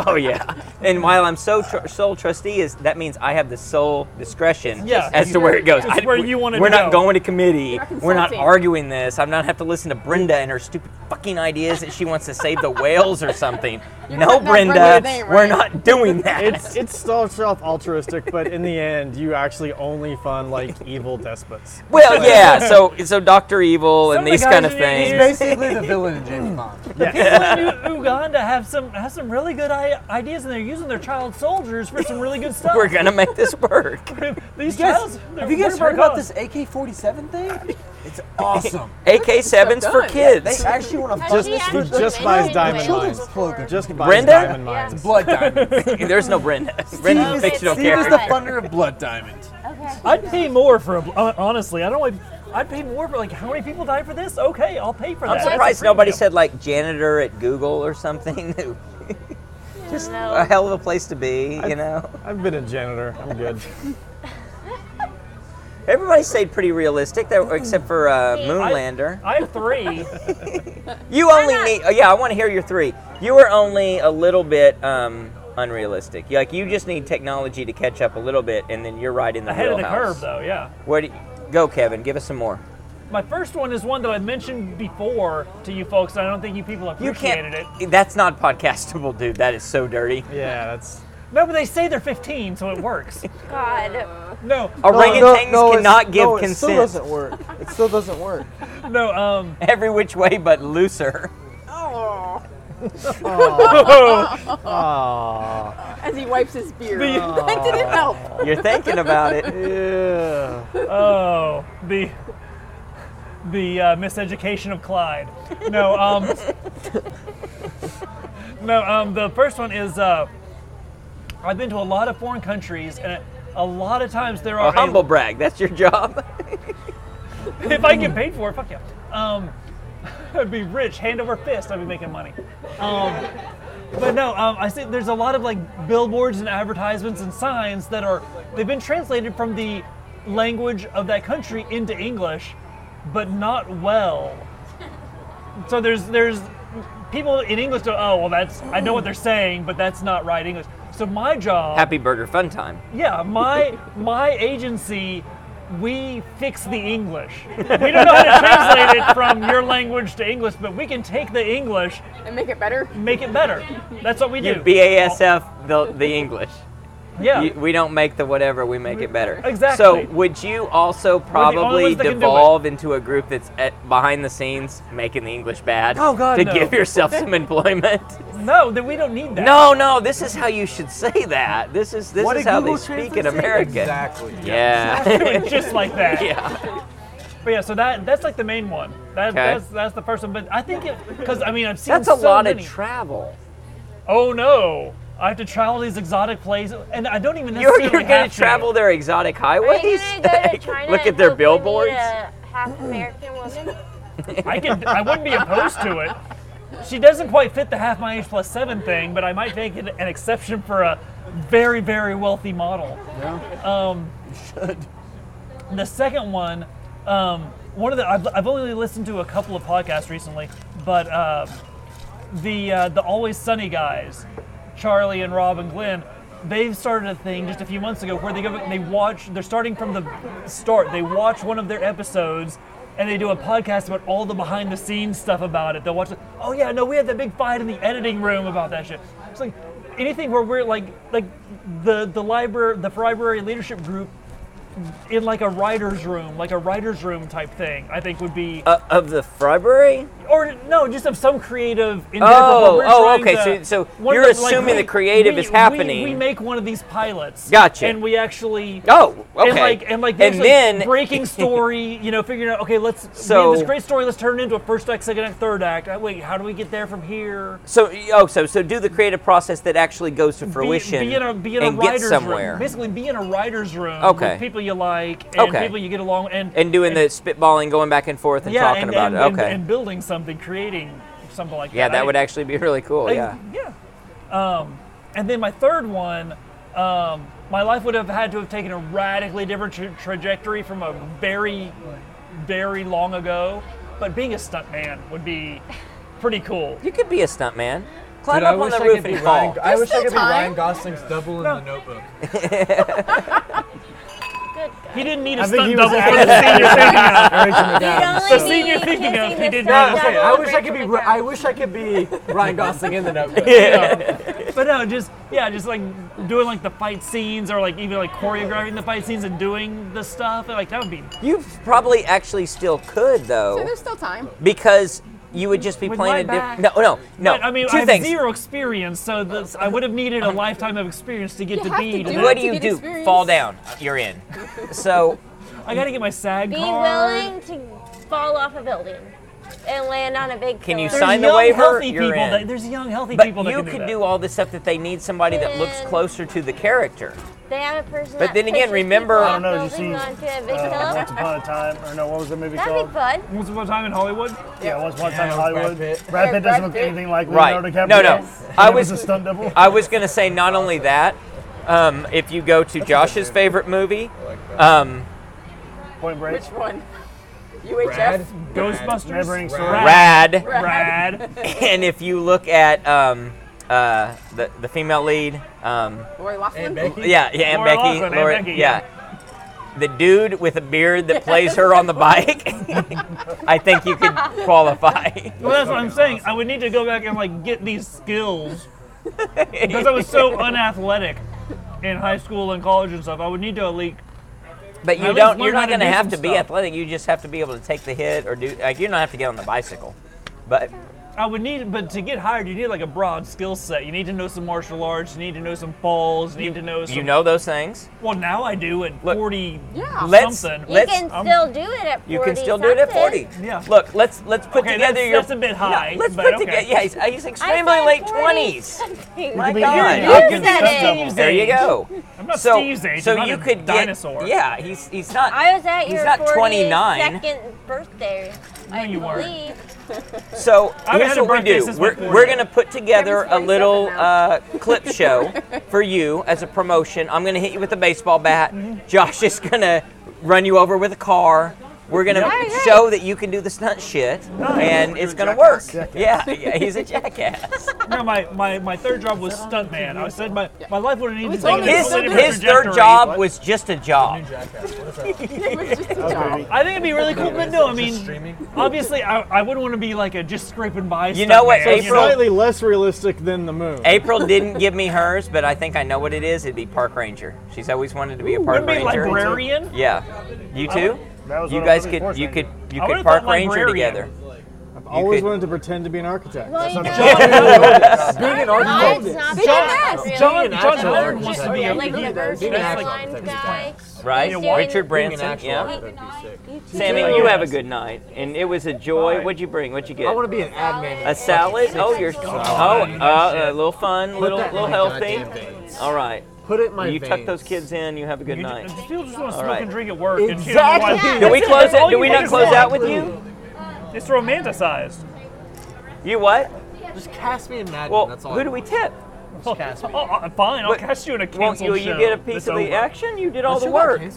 oh, yeah. And while I'm so tr- sole trustee, is that means I have the sole discretion Yeah. as to where it goes. It's where you wanna We're not go. going to committee. You're not We're not consulting. arguing this. I'm not have to listen to Brenda and her stupid fucking ideas that she wants to save the whales or something. no, not Brenda Brenda. thing, We're not doing that. It's it's still self altruistic, but in the end, you actually only fund like evil despots. Well, yeah. So, so Doctor Evil and these kind of He's things. basically the villain in James Bond. The people in U- Uganda have some have some really good I- ideas, and they're using their child soldiers for some really good stuff. We're gonna make this work. These You guys- child- have you guys where heard about they're this AK-47 thing? It's awesome. AK-7s for kids. They actually want to fund Just- this he for just children. buys diamond Children's mines. program. Just buys Brenda? diamond mines. Blood Diamond. There's no Brenda. Steve Brenda's a is, fictional Steve is character. the funder of Blood Diamond. I'd pay more for a. bl- hon- Honestly, I don't. Like, I'd pay more for like how many people died for this? Okay, I'll pay for I'm that. surprised nobody said like janitor at Google or something. Just a hell of a place to be, you know. I've been a janitor. I'm good. Everybody stayed pretty realistic, there, except for uh, Moonlander. I have three. You only need. Oh, yeah, I want to hear your three. You were only a little bit um, unrealistic. Like you just need technology to catch up a little bit, and then you're right in the Ahead of the wheelhouse. curve, though, yeah. Where do you, go, Kevin? Give us some more. My first one is one that I mentioned before to you folks, and I don't think you people You appreciated can't. it. That's not podcastable, dude. That is so dirty. Yeah, that's. No, but they say they're 15, so it works. God. No. Orangutans it's- cannot give no, it consent. still doesn't work. It still doesn't work. No. Um. Every which way but looser. As he wipes his beard. The- that didn't help. You're thinking about it. Oh, the the uh, miseducation of Clyde. No, um, no. Um, the first one is uh, I've been to a lot of foreign countries, and a lot of times there A are humble brag. That's your job. if I get paid for it, fuck yeah. Um, I'd be rich, hand over fist. I'd be making money. Um, but no, um, I see there's a lot of like billboards and advertisements and signs that are they've been translated from the language of that country into English, but not well. So there's there's people in English go, oh well that's I know what they're saying, but that's not right English. So my job Happy Burger Fun Time. yeah, my my agency, we fix the English. We don't know how to translate it from your language to English, but we can take the English and make it better. Make it better. That's what we You do. BASF the, the English. Yeah. You- we don't make the whatever, we make it better. Exactly. So, would you also only probably ones that can do it. devolve into a group that's at, behind the scenes making the English bad? Oh, God, To no. give yourself some employment? No, then we don't need that. No, no, this is how you should say that. This is this What is did how Google they speak in Translate say? America. Exactly. Yeah. Doing just like that. Yeah. But yeah, so that that's like the main one. That, Okay. That's that's the first one. But I think it because I mean I've seen That's a so lot of many. travel. Oh no. I have to travel these exotic places, and I don't even You're, necessarily you're going have to travel their exotic highways? Look at their billboards. half American woman. I could. I wouldn't be opposed to it. She doesn't quite fit the half my age plus seven thing, but I might make an, an exception for a very, very wealthy model. Yeah. Um, you should. The second one, um, one of the I've, I've only listened to a couple of podcasts recently, but uh, the uh, the Always Sunny guys, Charlie and Rob and Glenn, they've started a thing just a few months ago where they go they watch. They're starting from the start. They watch one of their episodes. And they do a podcast about all the behind the scenes stuff about it. They'll watch, it, oh yeah, no, we had that big fight in the editing room about that shit. It's like anything where we're like, like the the library, the library leadership group in like a writer's room, like a writer's room type thing, I think would be. Uh, of the library? or no, just of some creative. Endeavor Oh, where we're oh, trying okay, to- so- so one of you're the- like, assuming we- the creative we- is happening. We, we make one of these pilots. Gotcha. And we actually. Oh, And okay. like and like, And there's, like, then- breaking story. You know, figuring out okay, let's we So- have this great story. Let's turn it into a first act, second act, third act. Uh, Wait, how do we get there from here? So oh, so so do the creative process that actually goes to Be- fruition be, in a be in a and get writer's somewhere room. Basically, be in a writer's room Okay. with people you like and Okay. people you get along and and doing the spitballing, going back and forth, and yeah, talking and, about and, it. and- okay. and building something, creating something like yeah, that. that I- would actually be really cool. I- yeah. yeah. Um, and then my third one, um, my life would have had to have taken a radically different tra- trajectory from a very, very long ago. But being a stuntman would be pretty cool. You could be a stuntman. Climb Dude, up I on wish the I roof could be and Ryan- fall. I wish I could be time. Ryan Gosling's double in the notebook. He didn't need a I think stunt he was double actually- for the senior thinking of. You'd the only senior be thinking of, kissing he the did stunt not. double Okay, I wish I could be. Ri- I wish I could be Ryan Gosling in the notebook. Yeah. but no, just yeah, just like doing like the fight scenes or like even like choreographing the fight scenes and doing the stuff. Like that would be You probably actually still could So though, there's still time. because you would just be With playing a my different. No, oh, no, no. But, I mean, two I have things. zero experience, so this, I would have needed a lifetime of experience to get You to have be. to to do that. What it do to you get do? experience. Fall down. You're in. So I gotta get my SAG Be card. willing to fall off a building and land on a big. Can you pillar. sign the young, waiver? healthy You're people in. that- there's young, healthy but people that you can do could that. do all the stuff that they need somebody that looks closer to the character. They have a person. But that then again, pushes remember- people I don't know, off did you buildings see, onto a big Uh, pillar. Once Upon a Time, or no, what was the movie That'd called? be fun. Once upon a time in Hollywood. Yeah, Once Upon a Time in Yeah, Hollywood. Brad Brad Pitt. Pitt, Yeah, doesn't Brad look Pitt. anything like right. Leonardo DiCaprio. No, no. I was a stunt double. I was gonna say not only that. Um, if you go to Josh's favorite movie, that. um, Point Break. Which one? UHF? Ghostbusters? Neighboring Story. Rad. Rad. and if you look at um, uh, the the female lead, um, Lori Laughlin? yeah, yeah, Aunt Laura Becky, Laughlin, Aunt Laura- Becky, yeah. The dude with a beard that plays her on the bike, I think you could qualify. Well, that's what I'm saying. I would need to go back and like get these skills because I was so unathletic in high school and college and stuff. I would need to at least. But at you least don't. learn You're how not going to do have some to be stuff. athletic. You just have to be able to take the hit or do. Like you don't have to get on the bicycle. But I would need, but to get hired, you need like a broad skill set. You need to know some martial arts. You need to know some falls. You need to know. Some, you know those things. Well, now I do at 40 Yeah. Let's- something. You let's- can I'm- Still do it at 40 You can still do it at 40. Yeah. Look, let's let's put Okay, together that's- your. that's a bit No, high, let's but put okay. together. Yeah, he's, he's extremely said late 40 20s. You My could be God. You're not You're gonna Steve's be age. double. There you go. I'm not so, Steve's age, So I'm not you a could dinosaur. Get, yeah, he's he's not. I was at he's your not 29. 42nd birthday. No, you weren't. So I've here's had a what we birthday do. since We're, before. we're gonna put together a little uh, clip show for you as a promotion. I'm gonna hit you with a baseball Mm-hmm. bat. Josh is gonna run you over with a car. We're gonna Yeah. Yeah, show that you can do the stunt shit, Oh, and it's gonna work. Yeah, yeah, he's a jackass. No, my, my, my third job was stuntman. I said my, my life would have needed to take a His, totally different his third trajectory. job was just a job. I think it'd be really cool, but no, I mean, obviously, I, I wouldn't want to be like a just scraping by. You know what, stuntman, April? know? Slightly less realistic than the moon. April didn't give me hers, but I think I know what it is. It'd be park ranger. She's always wanted to be a park wouldn't be ranger. librarian? Yeah. You I too? would- That was you what I guys was could forced you to could do. you I could would've park thought ranger librarian. together. I've always could- wanted to pretend to be an architect. Well, That's you not- know- John Hurt- Being an architect. It's not bad, really. John, Being an John actual Howard wants to architect. be a Like the leader. first That's like- Airlines guy. Right? He's doing- Richard Branson. Yeah. Sammy, you have a good night, and it was a joy. What'd you bring? What'd you get? I want to be an ad man. a salad. Oh, you're oh, uh, a little fun, Put little that in little my healthy. goddamn veins. All right. Put it in my You tuck veins. those kids in. You have a good night. People just want to All smoke right. and drink at work. and chill Exactly. and watch- Do we That's close That's it? all Do you we want not is close that. out with you? It's romanticized. You what? Just cast me in Mad Men. Well, that's all. who do we tip? Oh, oh, fine, I'll cast you in a Won't canceled you, show. you get a piece It's of the over. action? You did all That the show got work. That's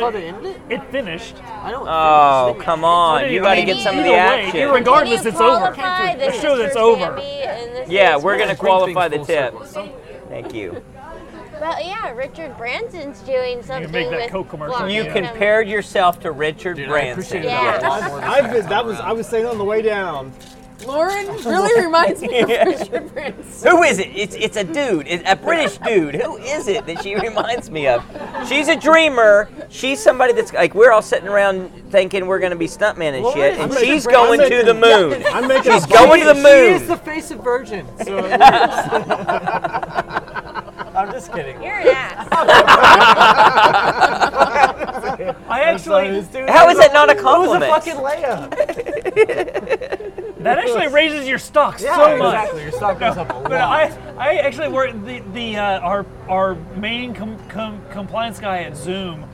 how they ended it. It finished. I don't. Oh, come on. What do You got to mean? get some of Either the way, action. Regardless, it's over. qualify The this show that's for over. Yeah, we're going to Brings qualify the things tip. full Thank you. Well, yeah, Richard Branson's doing something make that with Coke Blanc You and- compared yourself to Richard Branson. Yeah. I've been, that was I was saying on the way down. Lauren really reminds me of Yeah. Richard Branson. Who is it? It's it's a dude. It's a British dude. Who is it that she reminds me of? She's a dreamer. She's somebody that's like we're all sitting around thinking we're gonna be stuntmen and shit, and she's going to the moon. she's going to the She is moon. the face of Virgin. So it works. I'm just kidding. You're an ass. I actually. How is that not a It was a compliment? fucking layup. That actually raises your stocks Yeah, so much. exactly. Your stock goes up a But lot. I, I actually work the the uh, our our main com, com, compliance guy at Zoom.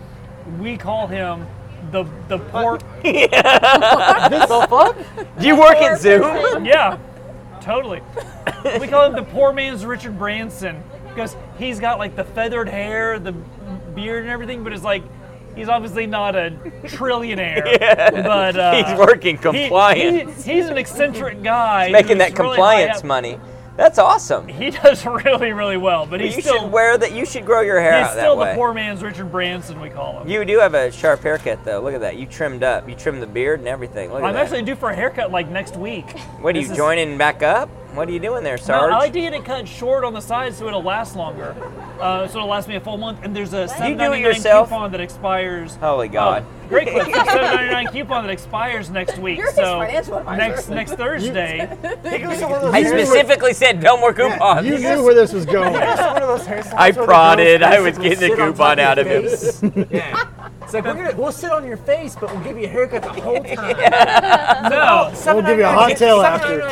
We call him the the poor. The fuck? Do you work at Zoom? Yeah, totally. We call him the poor man's Richard Branson because he's got like the feathered hair, the beard, and everything, but it's like. He's obviously not a trillionaire, Yeah. but uh, He's working he- compliance. he- he's an eccentric guy, Making that who's really high compliance up- money. That's awesome. He does really, really well, but You he's should still wear that. You should grow your hair He's out that still way. the poor man's Richard Branson, we call him. You do have a sharp haircut though. Look at that. You trimmed up. You trimmed the beard and everything. Look at I'm that. actually due for a haircut like next week. what are you This is- joining back up? What are you doing there, No, Sarge? I like to get it cut short on the side so it'll last longer. Uh, so it'll last me a full month. And there's a do it 7.99 yourself? coupon that expires. Holy God. Oh, great question. 7.99 coupon that expires next week. You're his so financial advisor. next next Thursday. Oh. I specifically said no more coupons. You knew where this was going. I prodded. I was getting the coupon out of him. It's like we're gonna, we'll sit on your face, but we'll give you a haircut the whole time. No. We'll give you a hot tail after.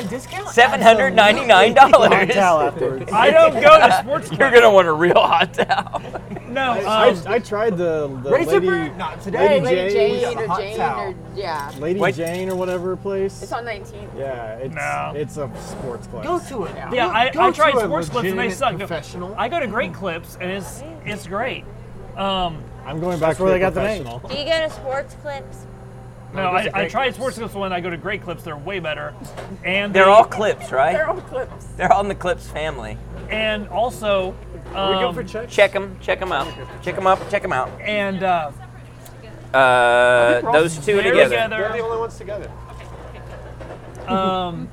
Seven hundred ninety-nine dollars. Towel afterwards. I don't go to sports You're gonna want a real hot towel. No, I, um, I, I tried the, the Razor lady, burn? Not Today, Lady, Lady Jane, Jane, or Jane or yeah. Lady Jane or whatever place. It's on 19. yeah, it's No. it's a sports place. Go to it. Yeah, I, Go I tried to a sports clips and they legitimate suck. I go to great clips and it's it's great. Um, I'm going back where they got the name. Do you go to sports clips? No, No, just I, I great tried sports clips one. I go to great clips. They're way better, and They're they- all clips, right? They're all clips. They're all in the clips family. And also, um, Check them. Check them out. Check them up. Check them out. And uh, Uh, those two They're together. together. They're the only ones together. um,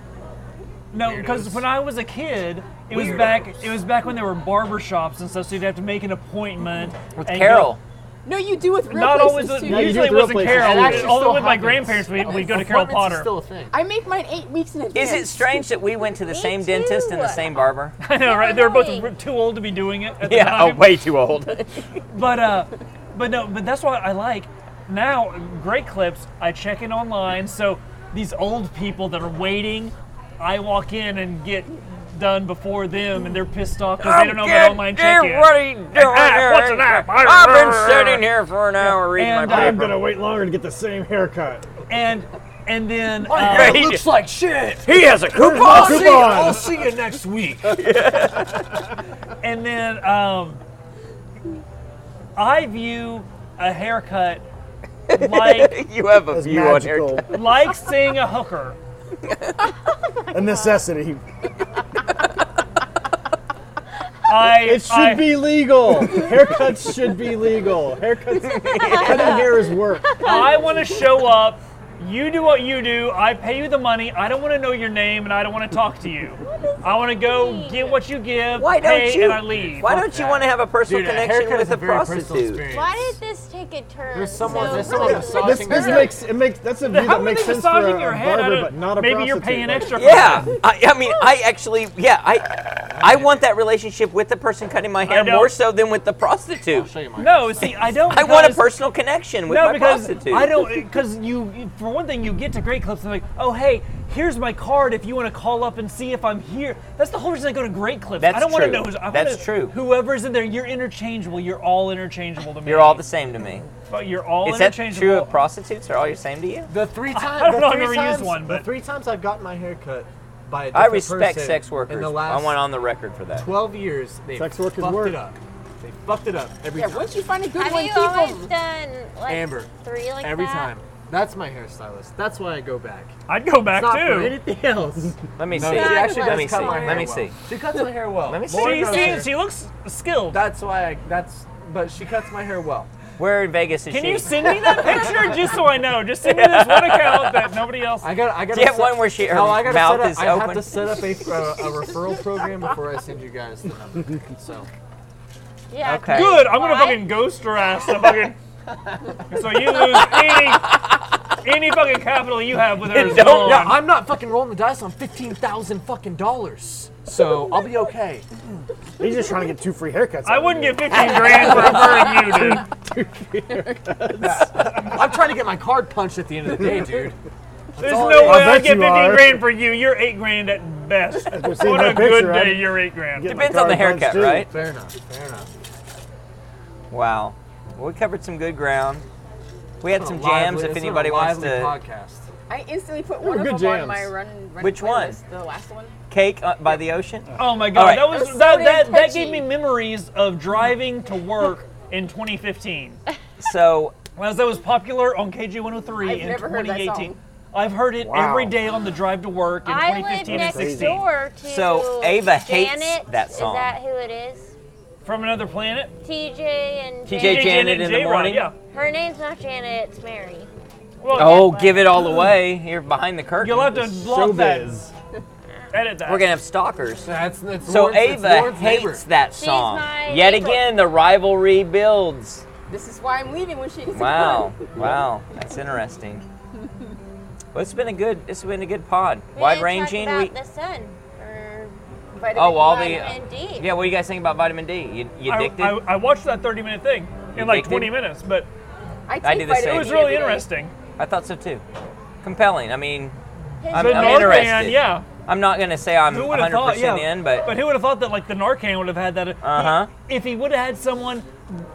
no, because when I was a kid, it was Weirdos. back. It was back when there were barber shops and stuff, so you'd have to make an appointment with Carol. No, you do with real Not always. places With, too. usually it wasn't Carol. Although with my grandparents, we we go to Carol Potter. I make mine eight weeks in advance. Is it strange that we went to the same dentist and the same barber? I know, right? They were both r- too old to be doing it. At Yeah, the oh, time. way too old. But uh, but no, but that's what I like. Now, great clips. I check in online, so these old people that are waiting, I walk in and get done before them, and they're pissed off because they don't know about online check in. What are you doing here? What's an app? I've been sitting here for an hour reading And my I'm paper. gonna wait longer to get the same haircut. And and then Oh, My hair uh, looks like shit. He has a coupon. I'll see, you, Coupon. I'll see you next week. and then um, I view a haircut like you have a view on here. magical. like seeing a hooker. A necessity. I It should I- be legal. Haircuts should be legal. Haircuts. Cutting hair is work. I want to show up. You do what you do. I pay you the money. I don't want to know your name, and I don't want to talk to you. I want to go get what you give, Why don't pay, you- and I leave. Why don't you want to have a personal Dude, a connection haircut with is a a very personal prostitute? experience. Why did this take a turn? There's someone- so there's someone quickly? massaging This, this makes it makes that's a view How that are makes they sense for massaging a, your a head? I barber, don't- but not a maybe you're prostitute. paying Like, extra for Yeah, I, I mean, I actually, yeah, I, I want that relationship with the person cutting my hair don't- more so than with the prostitute. I'll show you mine. No, see, I don't. I want a because- personal connection with no, my because prostitute. I don't. Because you, for one thing, you get to Great Clips and like, oh hey, here's my card if you want to call up and see if I'm here. That's the whole reason I go to Great Clips. That's I don't want to true. know who's. I That's wanna- true. Whoever's in there, you're interchangeable. You're all interchangeable to me. You're all the same to me. But you're all Is that interchangeable. true of prostitutes? Are all the same to you? The three times. don't the know, I've three never used times, one, the three times I've gotten my hair cut by a I different respect person sex workers. In the last I went on the record for that. 12 years, they Sex fucked workers it work. up. They fucked it up every Yeah, time. once you find a good Have one, you keep 'em. always done like Amber. three like every that? time. That's my hairstylist. That's why I go back. I'd go It's back not too. for anything else. Let me No, see. she actually Let does me cut see. my hair Let me well. see. She cuts my hair well. Let me Lauren She, knows she, her. she looks skilled. That's why I, that's, but she cuts my hair well. Where in Vegas is Can she? you send me that picture just so I know? Just send me this one account that nobody else. I got. I got. Do you have one where she her no, I gotta mouth set up, is I open? have to set up a, uh, a referral program before I send you guys the number. So. Yeah. Okay. Good. I'm gonna fucking ghost her ass. The fucking. so you lose any any fucking capital you have with her. is gone. Yeah, I'm not fucking rolling the dice on fifteen thousand fucking dollars, so I'll be okay. He's just trying to get two free haircuts. I wouldn't get 15 grand for referring you, dude. I'm trying to get my card punched at the end of the day, dude. There's all no it way is. Oh, I I, bet get 15 you are. grand for you. You're eight grand at best. I've seen what her a picture, good I'm day. You're eight grand. getting my Depends on the car punched, haircut, too. right? Fair enough. Fair enough. Wow. Well, we covered some good ground. We had It's some been a lively- jams if it's been a anybody wants to. lively podcast. I instantly put Ooh, one of good them on jams. my run. run Which one? playlist, The last one. Cake uh, by the ocean. Oh my All god, right. that was that that, that gave me memories of driving to work in 2015. So as that was popular on KG 103 I've in never heard that 2018. song. I've heard it Wow. every day on the drive to work in I live 2015 next and 16. door to So, Ava hates Janet. that song. Is that who it is? From another planet. TJ and TJ Janet. Janet in the J-Rod, morning? Yeah. Her name's not Janet. It's Mary. Oh, give it all away. Here behind the curtain. You'll have to block that. Edit that. We're gonna have stalkers. That's, that's so Lawrence- it's Ava Lawrence hates neighbor. that She's song. my Yet neighbor. again, the rivalry builds. This is why I'm leaving when she gets Wow, gone. wow, that's interesting. Well, it's been a good. It's been a good pod. We Wide didn't ranging. Talk We. about the sun. Or Oh, all the. vitamin D. Yeah, what do you guys think about vitamin D? You, you I- addicted? I, I watched that 30 minute thing in like Addicted? 20 minutes, but I did the same. It was really interesting. I thought so too. Compelling. I mean, His I'm, The I'm Narcan, interested. yeah. I'm not gonna say I'm 100 would've thought, percent yeah, in, but who would have thought that like the Narcan would have had that? Uh Uh-huh. If he would have had someone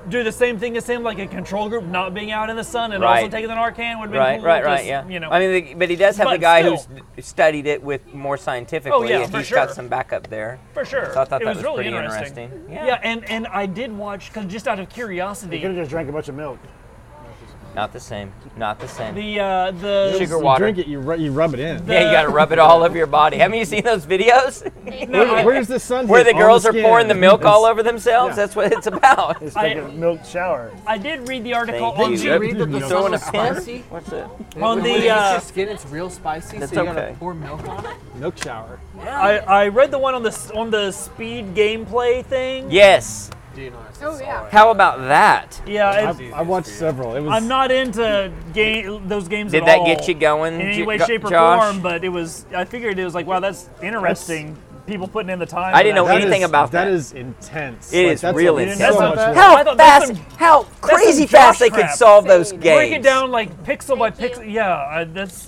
do the same thing as him, like a control group not being out in the sun and also Right. taking the Narcan, would have been right, cool right, right, just, yeah. You know, I mean, the- but he does have the But guy still. Oh, who's studied it with more scientifically, yeah, and for he's sure. got some backup there. for sure. So I thought it that was, was, really pretty interesting. interesting. Yeah. and and I did watch because just out You of curiosity, could have just drank a bunch of milk. Not the same. Not the same. the uh, the Sugar water. Drink it. You, ru- you rub it in. yeah, you gotta rub it all over your body. Haven't you seen those videos? Where- where's the sun? Where hit the on girls are skin? pouring the milk all It's- over themselves? yeah. That's what it's about. It's like a milk shower. I did read the article Thank on you. the- Read that the sun was spicy? What's it? On When the, it hits uh, your skin, it's real spicy, That's so you gotta okay. pour milk on it. Milk shower. I, I read the one on the s- on the speed gameplay thing. Yes. Oh yeah. How about that? Yeah. I've, It's, I watched several. It was. I'm not into game those games. Did at that all get you going, in any J- way, Jo- shape, or Josh? form? But it was. I figured it was like, wow, that's interesting. People putting in the time. I for didn't that. know anything about that. that is intense. It Like, is that's real a- intense. so much work. I How thought fast, that's some- how that's some crazy Josh fast they could crap. solve those Break it games. down like pixel by pixel. Yeah, I, that's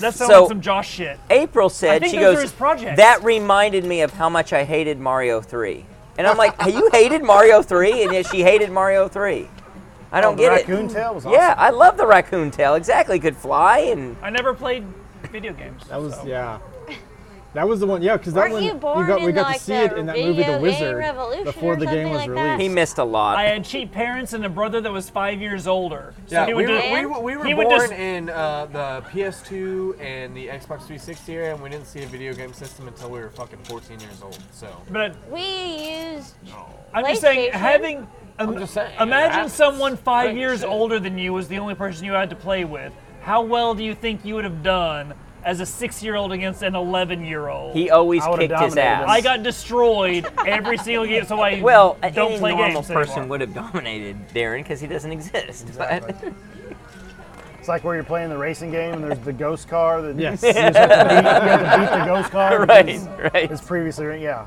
that sounds So- like some Josh shit. April I said, think she those are goes, his projects. that reminded me of how much I hated Mario 3. And I'm like, "Hey, you hated Mario 3? And yet she hated Mario 3. I don't Oh, the get it. raccoon tail was Yeah, I love the raccoon tail. Exactly. Could fly and. I never played video games. That was yeah. That was the one, yeah, because that Weren't one you born got we in, got like, to see it the in that movie, video The game Wizard, revolution before or the game was something like released. that? He missed a lot. I had cheap parents and a brother that was five years older. So yeah, he we would were, just- we were, we were he would born just- in uh, the PS2 and the Xbox 360 era, and we didn't see a video game system until we were fucking 14 years old. So But We used. I'm just saying, PlayStation. having. I'm just saying, Imagine that's someone five great years shit. older than you was the only person you had to play with. How well do you think you would have done as a six-year-old against an eleven-year-old? He always I would've kicked his dominated ass. him. I got destroyed every single game, so I Well, a- don't any play normal games person anymore. would have dominated Darren because he doesn't exist. But It's like where you're playing the racing game and there's the ghost car. That Yes. you, just have to beat, you have to beat the ghost car. Right, because right. It's previously, yeah.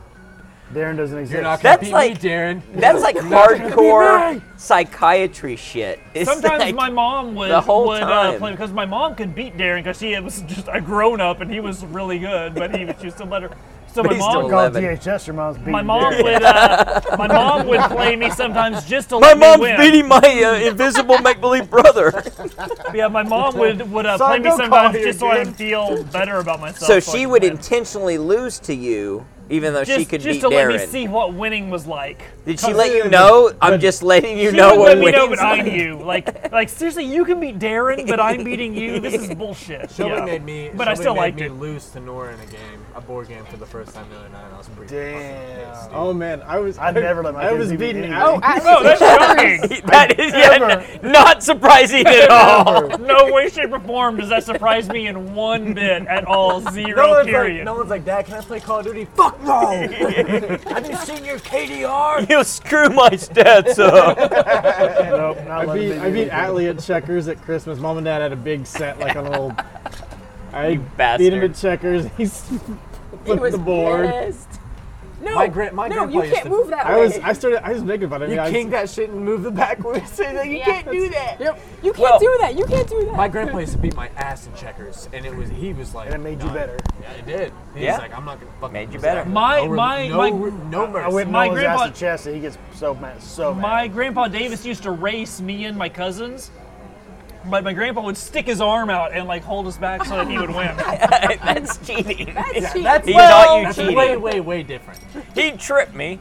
Darren doesn't exist. not gonna That's beat me, like- Darren. that's like hardcore psychiatry shit. It's Sometimes like- my mom would the whole would Uh, time. play because my mom could beat Darren because he was just a grown up and he was really good, but he was she was still better. So my mom Don't call DHS. Your mom's beating My mom Darren. would uh, my mom would play me sometimes just to My let me mom's win. beating my uh, invisible make believe brother. Yeah, my mom would would uh, Son, play me don't call sometimes here, just so I dude. feel better about myself. So I she could would win. intentionally lose to you even though she Just- could just beat to Darren. let me see what winning was like. Did she let you know? I'm just letting you she know would what let me know, winning's but I like. knew. Like, like seriously, you can beat Darren, but I'm beating you. This is bullshit. Shelby Yeah. made me. but I Shelby still made liked me it. lose to Nora in a game, a board game for the first time the other night, and I was pretty. Damn. Oh man, I was. I never let my I kids was do beaten. anything. Oh, out. absolutely. No, that's shocking. That is yeah, n- not surprising at all. no way, shape, or form does that surprise me in one bit at all. Zero no one's period. Like, no one's like, Dad, can I play Call of Duty? Fuck no! Have you seen your KDR? You screw my stats up. I beat, I beat Atlee at checkers at Christmas. Mom and Dad had a big set, like on a little. I You beat him bastard. at checkers. He He flipped was the board. pissed. No, My gran- my no, grandpa you used can't to- move that I way. was. I started. I was making fun of him. You I king that shit and move the backwards. you Yeah. can't do that. Yep. You can't Well- do that. You can't do that. My grandpa used to beat my ass in checkers, and it was he was like, and it made you better. Yeah, it did. He Yeah. was like, I'm not gonna fucking made you lose that. My- no, re- my- no, my- uh, re- no mercy. I whip My my grandpa grandpa- ass to chest, and he gets so mad, so mad. My grandpa Davis used to race me and my cousins. But my grandpa would stick his arm out and like hold us back so that he would win. that's cheating. That's Yeah, that's He well, thought you that's cheated. way, way, way different. He tripped me.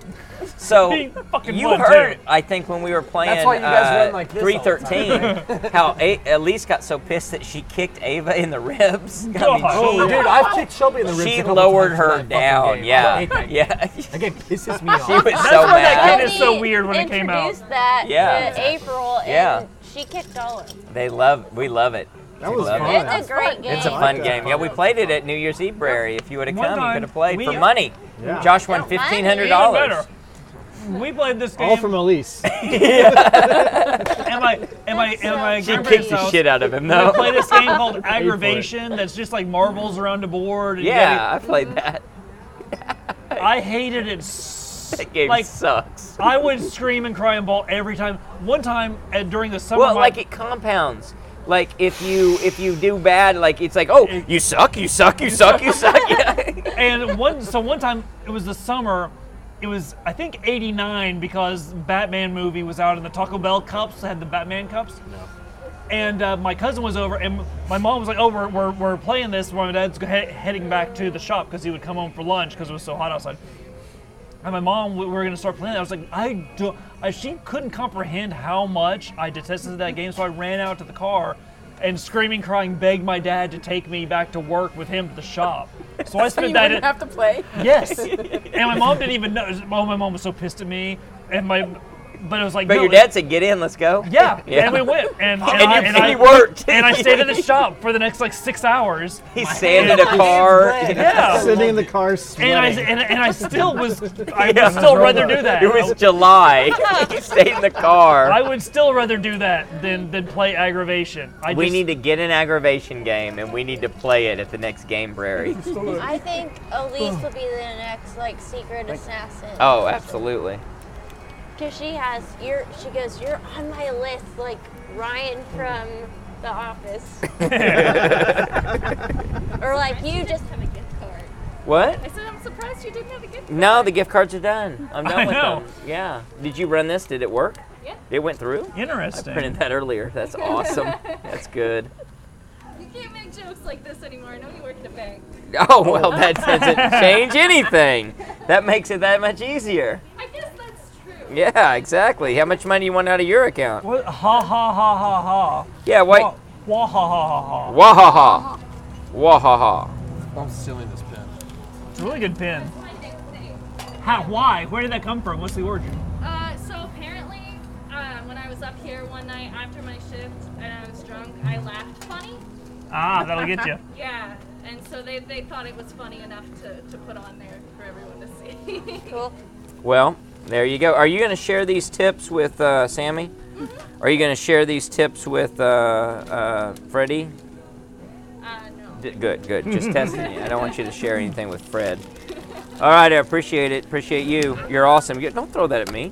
So He fucking you would, heard, too. I think, when we were playing why you guys uh, run like this all the time, 313, how a- Elise got so pissed that she kicked Ava in the ribs. Got me Oh, cheated. dude, I've kicked Shelby in the ribs. She a couple lowered times in her that fucking down, game. yeah. I hate that game. Yeah. That game pisses me off. She was That's so why that mad. kid is so She weird when it came out. introduced that Yeah. to April, and Yeah. she kicked all of it. They love, we love it. That We was love fun. it. It's a great game. It's a I fun like game. Yeah, we played it at New Year's Eve Brary. If you would have One come, you time, could have played we- for money. Yeah. Josh won For money. fifteen hundred Even dollars. better. We played this game. All from Elise. Am I? Am I? Am I? She kicked the shit out of him though. We played this game called for it. Aggravation. That's just like marbles around a board. and you Yeah, gotta- I played that. I hated it. s- That game like, sucks. I would scream and cry and bawl every time. One time uh, during the summer, Well, my- like it compounds. Like if you if you do bad, like it's like oh you suck, you suck, you suck, you suck. and one so one time it was the summer it was i think 89 because batman movie was out and the taco bell cups had the batman cups no. and uh, my cousin was over and my mom was like oh we're, we're, we're playing this while my dad's he- heading back to the shop because he would come home for lunch because it was so hot outside and my mom we were going to start playing it. i was like i do I, she couldn't comprehend how much i detested that game so i ran out to the car and screaming crying begged my dad to take me back to work with him to the shop so i so spent you that wouldn't have to play. Yes. and my mom didn't even know. Oh, my mom was so pissed at me. And my, but it was like. But no, your dad said get in, let's go. Yeah. Yeah. And we went. And, and, And I, you- and I he worked. And I stayed in the shop for the next like six hours. He sanded a car. Yeah. Sitting in the car sweating. And I, and, and I still was. I would Yeah. still rather do that. It was July. you stayed in the car. I would still rather do that than than play aggravation. I we just, need to get an aggravation game and we need to play it at the next game brary. I think Elise will be the next like secret assassin. oh, absolutely. Cause she has your. She goes, you're on my list, like Ryan from The Office, or like you just. What? I said I'm surprised you didn't have a gift. No, the gift cards are done. I'm done I with know. them. Yeah. Did you run this? Did it work? Yeah. It went through? I Interesting. printed that earlier. That's awesome. That's good. You can't make jokes like this anymore. I know you work at a bank. Oh, well, that doesn't change anything. That makes it that much easier. I guess that's true. Yeah, exactly. How much money you want out of your account? What? Ha ha ha ha ha. Yeah, wait. Wah ha ha ha ha. Wahaha. Wahaha. I'm stealing this pen. It's a really good pin. How? Why? Where did that come from? What's the origin? Uh, so apparently, um, when I was up here one night after my shift and I was drunk, I laughed funny. Ah, that'll get you. Yeah, and so they, they thought it was funny enough to, to put on there for everyone to see. cool. Well, there you go. Are you going to share these tips with uh, Sammy? Mm-hmm. Are you going to share these tips with uh, uh, Freddie? Uh, no. D- good, good. Just testing you. I don't want you to share anything with Fred. All right, I appreciate it. Appreciate you. You're awesome. You- Don't throw that at me.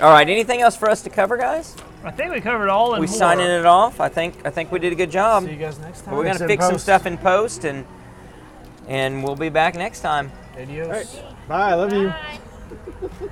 All right. Anything else for us to cover, guys? I think we covered all in we more. signing it off. I think I think we did a good job. See you guys next time. We're gonna Fix in fix some post. stuff in post, and and we'll be back next time. Adios. Bye. I love you.